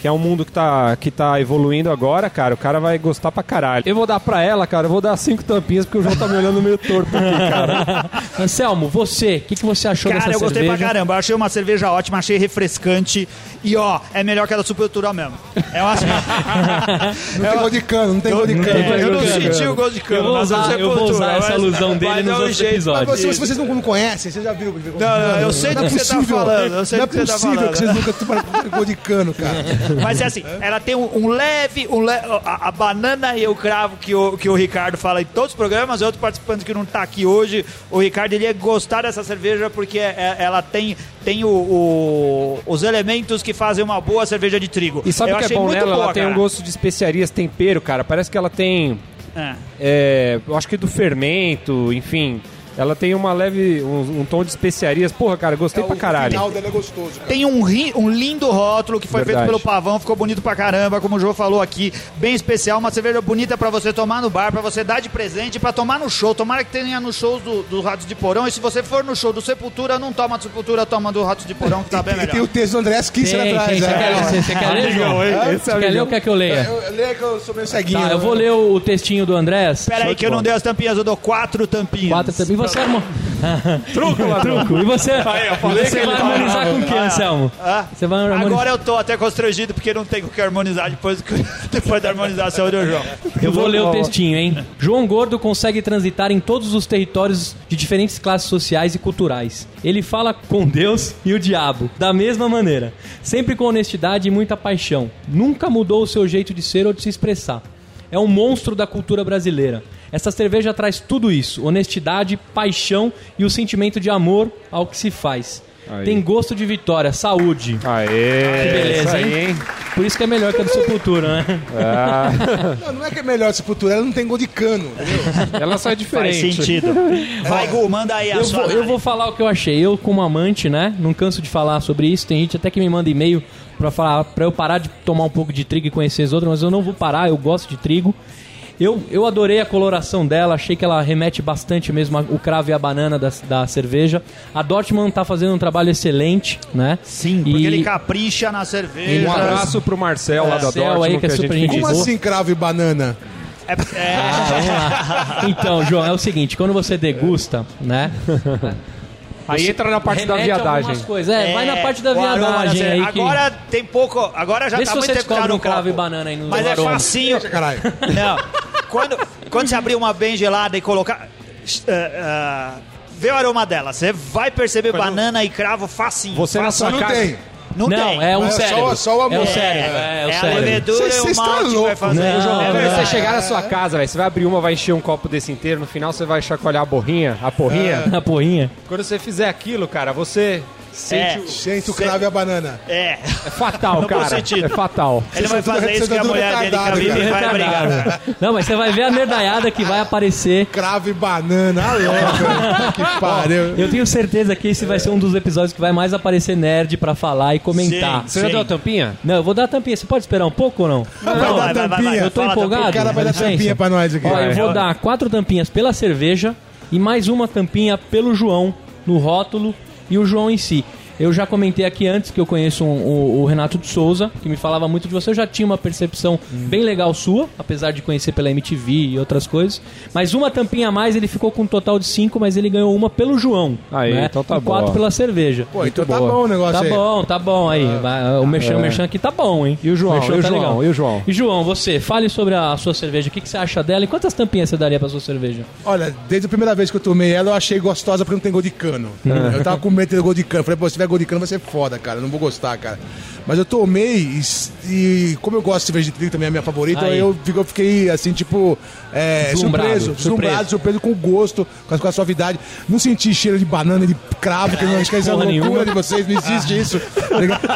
Speaker 5: que é um mundo que tá, que tá evoluindo agora, cara, o cara vai gostar pra caralho. Eu vou dar pra ela, cara, eu vou dar cinco tampinhas, porque o João tá me olhando meio torto aqui, cara.
Speaker 1: Anselmo, você, o que, que você achou
Speaker 2: Cara,
Speaker 1: dessa
Speaker 2: eu gostei
Speaker 1: cerveja?
Speaker 2: pra caramba. Eu achei uma cerveja ótima, achei refrescante. E ó, é melhor que a da Supertural mesmo. É uma.
Speaker 4: Não tem gol de cano, não tem gol de cano.
Speaker 2: É, eu
Speaker 1: Tem
Speaker 2: não
Speaker 1: gosto de
Speaker 2: senti
Speaker 1: cano.
Speaker 2: o gosto de cano.
Speaker 1: Eu vou
Speaker 2: mas a
Speaker 1: usar, eu vou
Speaker 2: Sepultura,
Speaker 1: usar essa
Speaker 2: mas-
Speaker 1: alusão
Speaker 2: vai
Speaker 1: dele
Speaker 2: dar
Speaker 1: nos
Speaker 2: um
Speaker 1: outros
Speaker 2: jeito.
Speaker 4: Mas
Speaker 1: episódios.
Speaker 4: você- se vocês não não conhecem, vocês já viram.
Speaker 2: Não, não, eu sei do que você tá falando, eu sei
Speaker 4: não
Speaker 2: do
Speaker 4: é
Speaker 2: que você tá
Speaker 4: possível
Speaker 2: falando.
Speaker 4: que vocês nunca tomaram gol de cano, cara.
Speaker 2: Mas é assim, ela tem um, um leve. Um le- a, a banana e o cravo que o, que o Ricardo fala em todos os programas, outro participante que não tá aqui hoje, o Ricardo, ele ia gostar dessa cerveja porque é- é- ela tem, tem o- o- os elementos que fazem uma boa cerveja de trigo.
Speaker 5: E sabe
Speaker 2: Eu
Speaker 5: o que é
Speaker 2: achei
Speaker 5: bom
Speaker 2: muito
Speaker 5: nela?
Speaker 2: boa,
Speaker 5: ela tem um
Speaker 2: cara.
Speaker 5: gosto de especiarias, tempero, cara. Parece que ela tem.
Speaker 2: É.
Speaker 5: é, eu acho que do fermento, enfim. Ela tem uma leve. um, um tom de especiarias. Porra, cara, gostei pra
Speaker 4: O
Speaker 5: caralho.
Speaker 4: final dela é gostoso, cara.
Speaker 2: Tem um, ri- um lindo rótulo que foi feito
Speaker 5: Verdade.
Speaker 2: pelo Pavão, ficou bonito pra caramba, como o João falou aqui, bem especial, uma cerveja bonita pra você tomar no bar, pra você dar de presente, pra tomar no show. Tomara que tenha nos shows do, do Ratos de Porão. E se você for no show do Sepultura, não toma do Sepultura, toma do Ratos de Porão, que tá bem
Speaker 4: E tem
Speaker 2: melhor.
Speaker 4: o texto do André
Speaker 1: Tem,
Speaker 4: Kisser
Speaker 1: tem,
Speaker 4: atrás. né?
Speaker 1: você
Speaker 2: né?
Speaker 1: quer- você- você quer ler, João?
Speaker 5: esse é
Speaker 1: Você quer ler ou quer que eu leia?
Speaker 4: Eu, eu leio que eu sou meio ceguinho.
Speaker 1: Tá, eu
Speaker 4: né?
Speaker 1: vou ler o o textinho do Andrés.
Speaker 2: Pera aí que eu não dei as tampinhas, eu dou quatro tampinhas.
Speaker 1: Quatro também. E você, irmão?
Speaker 5: Truco, ladrão.
Speaker 1: E você?
Speaker 2: Aí, eu falei
Speaker 1: E você
Speaker 2: que ele
Speaker 1: vai
Speaker 2: tava
Speaker 1: harmonizar
Speaker 2: bravo.
Speaker 1: com quem,
Speaker 2: Ah,
Speaker 1: Anselmo?
Speaker 2: ah.
Speaker 1: Você vai harmonizar.
Speaker 2: Agora eu tô até constrangido porque não tem o que harmonizar depois, que- depois da harmonização do João.
Speaker 1: Eu vou ler o textinho, hein? João Gordo consegue transitar em todos os territórios de diferentes classes sociais e culturais. Ele fala com Deus e o diabo, da mesma maneira, sempre com honestidade e muita paixão. Nunca mudou o seu jeito de ser ou de se expressar. É um monstro da cultura brasileira. Essa cerveja traz tudo isso: honestidade, paixão e o sentimento de amor ao que se faz.
Speaker 5: Aí.
Speaker 1: Tem gosto de vitória, saúde.
Speaker 5: Aê!
Speaker 1: Que beleza,
Speaker 5: isso aí,
Speaker 1: hein? Por isso que é melhor que a do Sepultura, né?
Speaker 4: Não, não é que é melhor Sepultura, ela não tem gol de cano. entendeu?
Speaker 5: Ela só é
Speaker 2: Faz
Speaker 5: diferente.
Speaker 2: sentido. Vai, Gu, manda aí a
Speaker 1: Eu
Speaker 2: sua.
Speaker 1: vou, eu
Speaker 2: análise.
Speaker 1: vou falar o que eu achei. Eu, como amante, né? Não canso de falar sobre isso. Tem gente até que me manda e-mail pra falar para eu parar de tomar um pouco de trigo e conhecer as outras, mas eu não vou parar, eu gosto de trigo. Eu, eu adorei a coloração dela, achei que ela remete bastante mesmo a- o cravo e a banana da, da cerveja. A Dortmund tá fazendo um trabalho excelente, né?
Speaker 2: Sim, porque ele capricha na cerveja.
Speaker 5: Um abraço pro Marcel lá da
Speaker 1: Marcel aí,
Speaker 5: Dortmund,
Speaker 1: que é
Speaker 5: a
Speaker 1: super
Speaker 5: gente
Speaker 1: gente
Speaker 4: Como
Speaker 1: boa.
Speaker 4: assim cravo e banana?
Speaker 2: É, é,
Speaker 1: Então, João, é o seguinte, quando você degusta, né?
Speaker 5: Aí entra na parte da
Speaker 1: remete a
Speaker 5: viadagem.
Speaker 1: algumas coisas. É, vai na
Speaker 2: é,
Speaker 1: parte da
Speaker 2: o aroma
Speaker 1: viadagem
Speaker 2: da
Speaker 1: aí
Speaker 2: cerveja.
Speaker 1: que...
Speaker 2: Agora tem pouco. Agora já
Speaker 1: Vê
Speaker 2: tá
Speaker 1: se
Speaker 2: muito
Speaker 1: você
Speaker 2: tempo que tá
Speaker 1: descobre
Speaker 2: no
Speaker 1: um cravo
Speaker 2: copo.
Speaker 1: e banana aí no
Speaker 2: Mas é
Speaker 1: aroma.
Speaker 2: facinho.
Speaker 4: Caralho.
Speaker 2: Não. Quando, quando você abrir uma bem gelada e colocar. eh, eh, vê o aroma dela. Você vai perceber banana e cravo facinho.
Speaker 5: Você na
Speaker 2: facinho.
Speaker 5: sua
Speaker 4: Não
Speaker 5: casa.
Speaker 4: tem.
Speaker 2: Não,
Speaker 1: Não,
Speaker 2: tem.
Speaker 1: é um
Speaker 4: É só-
Speaker 1: cérebro.
Speaker 4: só o amor.
Speaker 1: É um
Speaker 4: É,
Speaker 1: cérebro, é, é o
Speaker 2: é a
Speaker 1: cérebro.
Speaker 2: levedura
Speaker 4: Vocês
Speaker 2: e o
Speaker 4: estão
Speaker 2: malte que vai
Speaker 4: loucos.
Speaker 2: fazer. É
Speaker 1: Não,
Speaker 2: o jogo.
Speaker 1: não,
Speaker 5: Quando
Speaker 1: não.
Speaker 5: você chegar na sua casa, velho, você vai abrir uma, vai encher um copo desse inteiro, no final você vai chacoalhar a borrinha, a porrinha.
Speaker 1: Na porrinha.
Speaker 5: Quando você fizer aquilo, cara, você sente
Speaker 2: É.
Speaker 5: o...
Speaker 4: Gente, o cravo e a banana.
Speaker 2: É.
Speaker 5: É fatal,
Speaker 2: Não faz
Speaker 5: cara.
Speaker 2: sentido.
Speaker 5: É fatal.
Speaker 2: Ele vai
Speaker 4: tá
Speaker 2: fazer
Speaker 4: tudo-
Speaker 2: isso que
Speaker 4: você tá
Speaker 2: a
Speaker 4: tudo
Speaker 2: mulher dele
Speaker 4: retardado,
Speaker 2: Camila, e vai
Speaker 1: cara.
Speaker 2: brigar. cara.
Speaker 1: tá Não, mas você vai ver a merdaiada que vai aparecer.
Speaker 4: Cravo e banana, ah, louco. que pariu.
Speaker 1: Eu tenho certeza que esse vai ser um dos episódios que vai mais aparecer nerd pra falar e comentar.
Speaker 2: Sim.
Speaker 5: Você já deu a tampinha?
Speaker 1: Não, eu vou dar a tampinha. Você pode esperar um pouco ou não?
Speaker 2: Não,
Speaker 4: vai dar tampinha.
Speaker 1: Eu tô
Speaker 2: Fala,
Speaker 1: empolgado.
Speaker 4: O cara vai dar
Speaker 1: Licença.
Speaker 4: tampinha pra nós aqui.
Speaker 1: Ó, eu vou
Speaker 5: Vai.
Speaker 1: dar quatro tampinhas pela cerveja e mais uma tampinha pelo João no rótulo e o João em si. Eu já comentei aqui antes que eu conheço um- o, o Renato de Souza, que me falava muito de você. Eu já tinha uma percepção
Speaker 5: Hum.
Speaker 1: bem legal sua, apesar de conhecer pela MTV e outras coisas. Mas uma tampinha a mais, ele ficou com um total de cinco, mas ele ganhou uma pelo João.
Speaker 5: Aí,
Speaker 1: né?
Speaker 5: então tá
Speaker 1: e quatro
Speaker 5: bom.
Speaker 1: pela cerveja.
Speaker 4: Pô, então tá
Speaker 5: boa. Ah. É.
Speaker 4: bom o negócio
Speaker 1: Tá
Speaker 4: aí.
Speaker 1: bom, tá bom aí. Vai, O merchan, o merchan aqui tá bom, hein?
Speaker 5: E o João?
Speaker 1: merchan
Speaker 5: E o
Speaker 1: tá
Speaker 5: João?
Speaker 1: legal.
Speaker 5: E o João?
Speaker 1: E João, você, fale sobre a sua cerveja. O que, que você acha dela e quantas tampinhas você daria pra sua cerveja?
Speaker 4: Olha, desde a primeira vez que eu tomei ela, eu achei gostosa porque não tem gol de cano.
Speaker 1: Hum.
Speaker 4: Eu tava com medo de ter gol de cano. Falei, pô, se tiver gol de cano vai ser foda, cara. Eu não vou gostar, cara. Mas eu tomei e, e como eu gosto de cerveja de trigo, também é a minha favorita,
Speaker 1: Aí.
Speaker 4: eu, fico- eu fiquei assim, tipo, é,
Speaker 1: Deslumbrado,
Speaker 4: surpreso, deslumbrado,
Speaker 1: surpreso.
Speaker 4: surpreso com o gosto, com a, com a suavidade. Não senti cheiro de banana, de cravo, que eu não acho que essa
Speaker 1: Porra
Speaker 4: loucura
Speaker 1: nenhuma. Ah.
Speaker 4: de vocês, não existe isso. Tá ligado?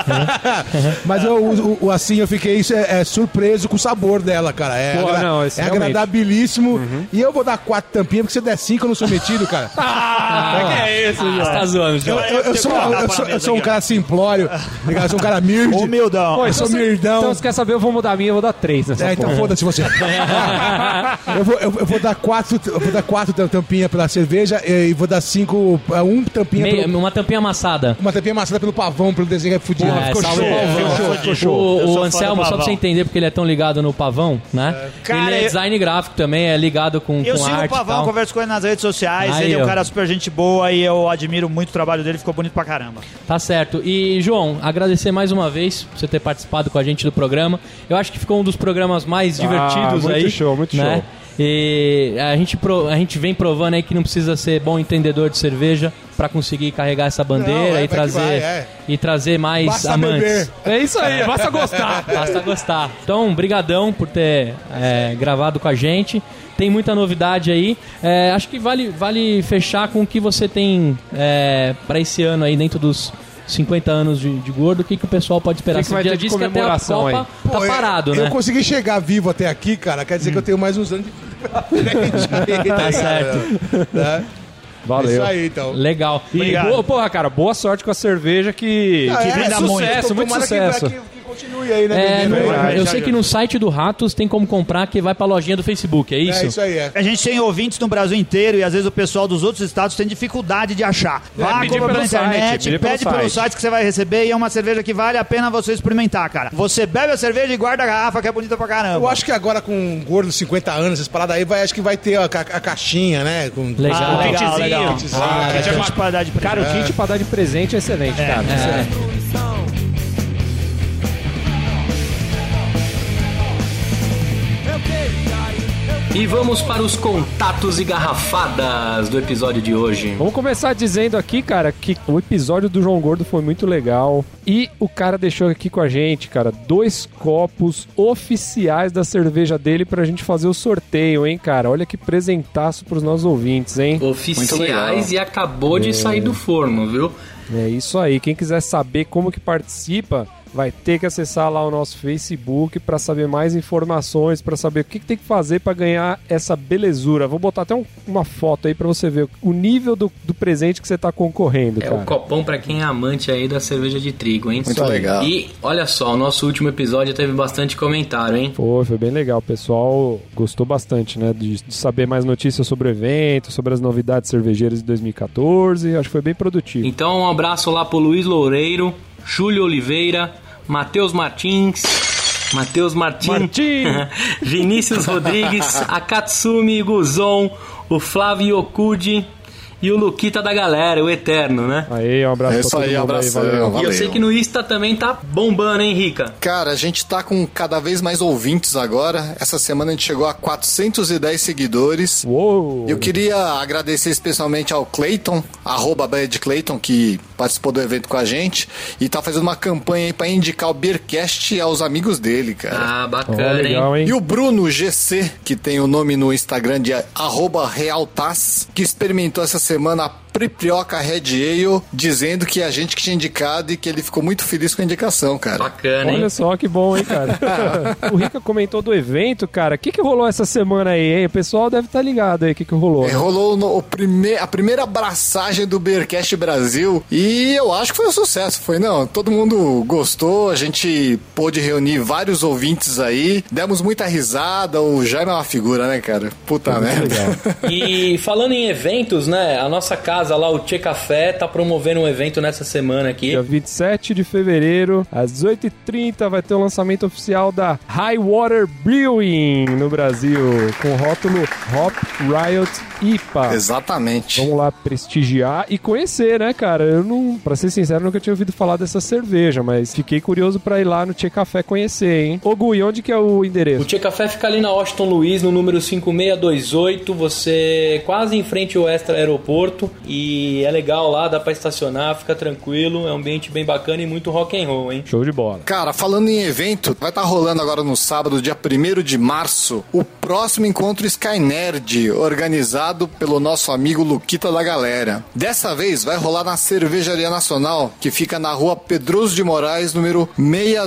Speaker 4: Mas eu, o- o- assim, eu fiquei é, é, surpreso com o sabor dela, cara. É,
Speaker 5: Porra,
Speaker 4: agra-
Speaker 5: não, esse
Speaker 4: é
Speaker 5: realmente.
Speaker 4: agradabilíssimo. E eu vou dar quatro tampinhas, porque se eu der cinco, eu não sou metido, cara.
Speaker 1: Ah, que é isso, João? Você tá zoando,
Speaker 4: Eu,
Speaker 1: João.
Speaker 4: eu- eu sou, eu sou- eu sou- eu sou um cara simplório, tá ligado? Eu sou um cara humilde.
Speaker 2: Humildão.
Speaker 4: Eu sou mirdão.
Speaker 5: Então, se quer saber, eu vou mudar a minha, eu vou dar três nessa
Speaker 4: É, então foda-se você. eu, vou, eu, eu vou dar quatro, eu vou dar quatro tam- tampinhas pela cerveja e e vou dar cinco, é, um tampinha
Speaker 1: Meia-
Speaker 4: pelo,
Speaker 1: uma tampinha amassada.
Speaker 4: uma tampinha amassada pelo pavão, pelo desenho é fudido.
Speaker 1: É,
Speaker 4: Ficou
Speaker 1: salve
Speaker 4: show,
Speaker 1: o pavão.
Speaker 4: ficou show.
Speaker 2: Ficou
Speaker 1: O,
Speaker 2: show.
Speaker 1: o
Speaker 2: Eu sou fã do
Speaker 1: Anselmo, só pra
Speaker 2: pavão.
Speaker 1: você entender, porque ele é tão ligado no pavão, né?
Speaker 2: Cara,
Speaker 1: ele é
Speaker 2: eu-
Speaker 1: design gráfico também, é ligado com,
Speaker 2: Eu
Speaker 1: com
Speaker 2: sigo o
Speaker 1: arte e
Speaker 2: Pavão,
Speaker 1: tal.
Speaker 2: converso com ele nas redes sociais,
Speaker 1: Aí,
Speaker 2: ele é um
Speaker 1: ó.
Speaker 2: cara super gente boa e eu admiro muito o trabalho dele, ficou bonito pra caramba.
Speaker 1: Tá certo. E, João, agradecer mais uma vez por você ter participado com a gente do programa. Eu acho que ficou um dos programas mais divertidos
Speaker 5: Ah, muito
Speaker 1: aí. né?
Speaker 5: show, muito show.
Speaker 1: E a gente, pro- a gente vem provando aí que não precisa ser bom entendedor de cerveja pra conseguir carregar essa bandeira
Speaker 4: Não, é, vai
Speaker 1: e
Speaker 4: que
Speaker 1: trazer
Speaker 4: vai, é.
Speaker 1: e trazer mais
Speaker 4: Basta
Speaker 1: amantes.
Speaker 4: beber.
Speaker 5: É isso aí, basta gostar.
Speaker 1: Basta gostar. Então, brigadão por ter é, gravado com a gente. Tem muita novidade aí. É, acho que vale, vale fechar com o que você tem é, para esse ano aí dentro dos 50 anos de, de gordo. O que, que o pessoal pode esperar?
Speaker 5: O que que
Speaker 1: Você
Speaker 5: vai
Speaker 1: já
Speaker 5: ter de
Speaker 1: disse que até a
Speaker 5: comemoração
Speaker 1: Copa tá
Speaker 4: Pô, eu-
Speaker 1: parado,
Speaker 4: eu
Speaker 1: né?
Speaker 4: consegui chegar vivo até aqui, cara. Quer dizer que eu tenho mais uns anos de frente.
Speaker 1: Tá certo.
Speaker 4: Né?
Speaker 5: Valeu.
Speaker 4: Isso aí, então.
Speaker 1: Legal.
Speaker 5: E
Speaker 2: Obrigado.
Speaker 5: boa- porra, cara, boa sorte com a cerveja que,
Speaker 4: Ah,
Speaker 5: que
Speaker 4: é,
Speaker 2: brinda
Speaker 5: sucesso, muito
Speaker 4: Tomara que-
Speaker 5: sucesso.
Speaker 4: Que, que continue aí, né?
Speaker 1: É,
Speaker 4: bebendo,
Speaker 1: no-
Speaker 4: né?
Speaker 2: verdade.
Speaker 1: eu sei que no site do Ratos tem como comprar que vai pra lojinha do Facebook, é isso?
Speaker 4: É isso aí, é.
Speaker 2: A gente tem ouvintes no Brasil inteiro e às vezes o pessoal dos outros estados tem dificuldade de
Speaker 1: É,
Speaker 2: achar. Vá,
Speaker 5: pedir
Speaker 2: compra
Speaker 5: pelo
Speaker 2: pela
Speaker 5: site,
Speaker 2: internet,
Speaker 5: pedir pelo
Speaker 2: pede pelo
Speaker 5: site.
Speaker 2: site que você vai receber e é uma cerveja que vale a pena você experimentar, cara. Você bebe a cerveja e guarda a garrafa que é bonita pra caramba.
Speaker 4: Eu acho que agora com o gordo 50 anos, essas paradas aí, vai, acho que vai ter a, ca- a caixinha, né? Com,
Speaker 1: Legal.
Speaker 2: ah, legal,
Speaker 5: kitzinho.
Speaker 2: legal.
Speaker 4: Kitzinho.
Speaker 2: Ah,
Speaker 4: É.
Speaker 2: kit é uma- pra dar de
Speaker 5: Cara,
Speaker 2: presente.
Speaker 5: o kit pra dar de presente é excelente, cara.
Speaker 7: E vamos para os contatos e garrafadas do episódio de hoje.
Speaker 5: Vamos começar dizendo aqui, cara, que o episódio do João Gordo foi muito legal. E o cara deixou aqui com a gente, cara, dois copos oficiais da cerveja dele pra gente fazer o sorteio, hein, cara? Olha que presentaço pros nossos ouvintes, hein?
Speaker 7: Oficiais e acabou
Speaker 3: Hum.
Speaker 7: de sair do forno, viu?
Speaker 5: É isso aí. Quem quiser saber como que participa, vai ter que acessar lá o nosso Facebook pra saber mais informações, pra saber o que, que tem que fazer pra ganhar essa belezura. Vou botar até um- uma foto aí pra você ver o nível do, do presente que você tá concorrendo,
Speaker 7: É
Speaker 5: cara.
Speaker 7: o copão pra quem é amante aí da cerveja de trigo, hein?
Speaker 3: um Muito legal.
Speaker 7: E olha só, o nosso último episódio teve bastante comentário, hein?
Speaker 5: Foi, foi bem legal. O pessoal gostou bastante, né? De, de saber mais notícias sobre o evento, sobre as novidades cervejeiras de 2014. Acho que foi bem produtivo.
Speaker 7: Então, um abraço lá pro Luiz Loureiro, Júlio Oliveira, Matheus Martins, Matheus Martins,
Speaker 5: Martim!
Speaker 7: Vinícius Rodrigues, Akatsumi Guzon, o Flávio Okudi e o Luquita da galera, o Eterno, né?
Speaker 5: Aí, um abraço
Speaker 3: É
Speaker 5: pra
Speaker 3: isso
Speaker 5: todo
Speaker 3: aí,
Speaker 5: mundo
Speaker 3: abração.
Speaker 5: aí. valeu.
Speaker 7: E eu sei que no Insta também tá bombando, hein, Rica?
Speaker 3: Cara, a gente tá com cada vez mais ouvintes agora. Essa semana a gente chegou a 410 seguidores.
Speaker 5: Uou!
Speaker 3: Eu queria agradecer especialmente ao Clayton, arroba Bad Clayton, que participou do evento com a gente e tá fazendo uma campanha aí pra indicar o Beercast aos amigos dele, cara.
Speaker 7: Ah,
Speaker 5: Ó,
Speaker 7: bacana, hein?
Speaker 5: legal, hein?
Speaker 3: E o Bruno GC, que tem o nome no Instagram de arroba Realtas, que experimentou essa semana a Priprioca Red Ale, dizendo que a gente que tinha indicado e que ele ficou muito feliz com a indicação, cara.
Speaker 7: Bacana, hein?
Speaker 5: Olha só que bom, hein, cara. o Rica comentou do evento, cara. O que, que rolou essa semana aí, hein? O pessoal deve estar ligado aí o que, que rolou.
Speaker 3: É,
Speaker 5: né?
Speaker 3: rolou no- o prime- a primeira abraçagem do Beercast Brasil e eu acho que foi um sucesso, foi não? Todo mundo gostou, a gente pôde reunir vários ouvintes aí, demos muita risada, o Jaime é uma figura, né, cara? Puta merda.
Speaker 7: E falando em eventos, né? A nossa casa casa lá, o Tchê Café, tá promovendo um evento nessa semana aqui.
Speaker 5: Dia 27 de fevereiro, às 18h30, vai ter o lançamento oficial da High Water Brewing no Brasil, com o rótulo Hop Riot IPA.
Speaker 3: Exatamente.
Speaker 5: Vamos lá prestigiar e conhecer, né, cara? Eu não, pra ser sincero, nunca tinha ouvido falar dessa cerveja, mas fiquei curioso pra ir lá no Tchê Café conhecer, hein? Ô Gui, onde que é o
Speaker 7: O
Speaker 5: endereço?
Speaker 7: Tia Café fica ali na Washington Luiz, no número 5628. Você é quase em frente ao Extra Aeroporto. E é legal lá, dá pra estacionar, fica tranquilo. É um ambiente bem bacana e muito rock and roll, hein?
Speaker 5: Show de bola.
Speaker 3: Cara, falando em evento, vai estar rolando agora no sábado, dia 1 de março, o próximo encontro Skynerd, organizado pelo nosso amigo Luquita da Galera. Dessa vez vai rolar na Cervejaria Nacional, que fica na rua Pedroso de Moraes, número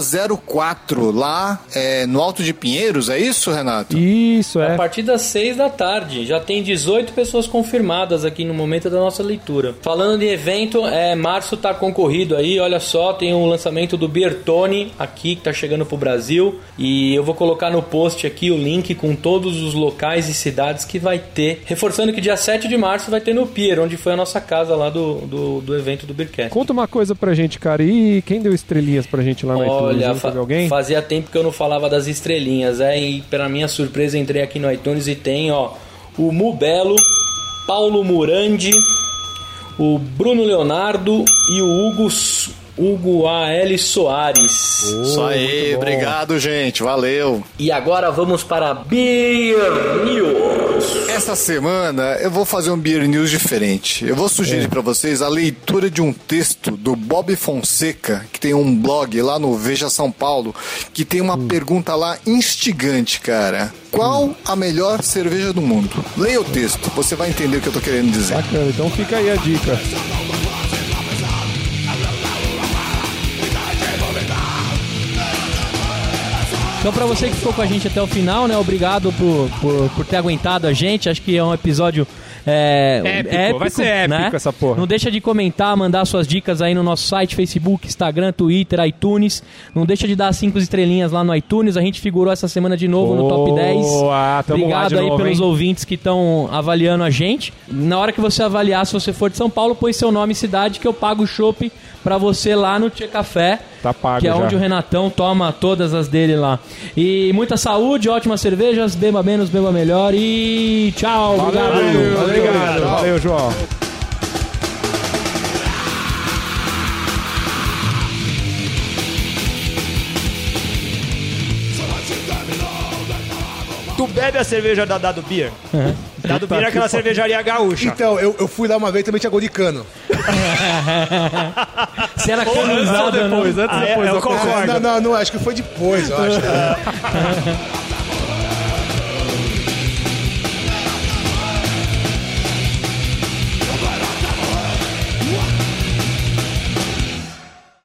Speaker 3: 604, lá é, no Alto de Pinheiros, é isso, Renato?
Speaker 5: Isso,
Speaker 7: A
Speaker 5: é.
Speaker 7: partir das 6 da tarde, já tem 18 pessoas confirmadas aqui no momento da nossa leitura. Falando de evento, é, março tá concorrido aí, olha só, tem o lançamento do Bertone aqui que tá chegando pro Brasil e eu vou colocar no post aqui o link com todos os locais e cidades que vai ter. Reforçando que dia 7 de março vai ter no Pier, onde foi a nossa casa lá do, do, do evento do Beercast.
Speaker 5: Conta uma coisa pra gente, cara. E quem deu estrelinhas pra gente lá no iTunes?
Speaker 7: Olha,
Speaker 5: hein?
Speaker 7: fa-
Speaker 5: Teve alguém?
Speaker 7: fazia tempo que eu não falava das estrelinhas, é, e pela minha surpresa entrei aqui no iTunes e tem, ó, o Mubelo, Paulo Murandi, o Bruno Leonardo e o Hugo, S- Hugo A.L. Soares.
Speaker 3: Isso aí, obrigado, gente, valeu.
Speaker 7: E agora vamos para a Beer News.
Speaker 3: Essa semana eu vou fazer um Beer News diferente. Eu vou sugerir pra vocês a leitura de um texto do Bob Fonseca, que tem um blog lá no Veja São Paulo, que tem uma pergunta lá instigante, cara. Qual a melhor cerveja do mundo? Leia o texto, você vai entender o que eu tô querendo dizer.
Speaker 5: Bacana, então fica aí a dica.
Speaker 1: Então, pra você que ficou com a gente até o final, né? Obrigado por, por, por ter aguentado a gente. Acho que é um episódio. É,
Speaker 5: Épico, vai ser épico
Speaker 1: né?
Speaker 5: essa porra.
Speaker 1: Não deixa de comentar, mandar suas dicas aí no nosso site, Facebook, Instagram, Twitter, iTunes. Não deixa de dar as cinco estrelinhas lá no iTunes. A gente figurou essa semana de novo no top 10.
Speaker 5: Boa, tamo lá
Speaker 1: Obrigado
Speaker 5: de
Speaker 1: aí
Speaker 5: novo,
Speaker 1: pelos
Speaker 5: hein?
Speaker 1: ouvintes que estão avaliando a gente. Na hora que você avaliar, se você for de São Paulo, põe seu nome e cidade que eu pago o chopp pra você lá no Tia Café.
Speaker 5: Tá pago
Speaker 1: Que é
Speaker 5: já.
Speaker 1: onde o Renatão toma todas as dele lá. E muita saúde, ótimas cervejas, beba menos, beba melhor e tchau. obrigado.
Speaker 5: obrigado. Valeu, João.
Speaker 2: Tu bebe a cerveja da Dado Beer? Dado Beer é aquela cervejaria gaúcha.
Speaker 4: Então, eu, eu fui lá uma vez e também tinha gol de cano.
Speaker 1: Você era canonizado, é né?
Speaker 2: Ah, é, eu
Speaker 4: Ah,
Speaker 2: concordo.
Speaker 4: Não, não, não, acho que foi depois, eu acho.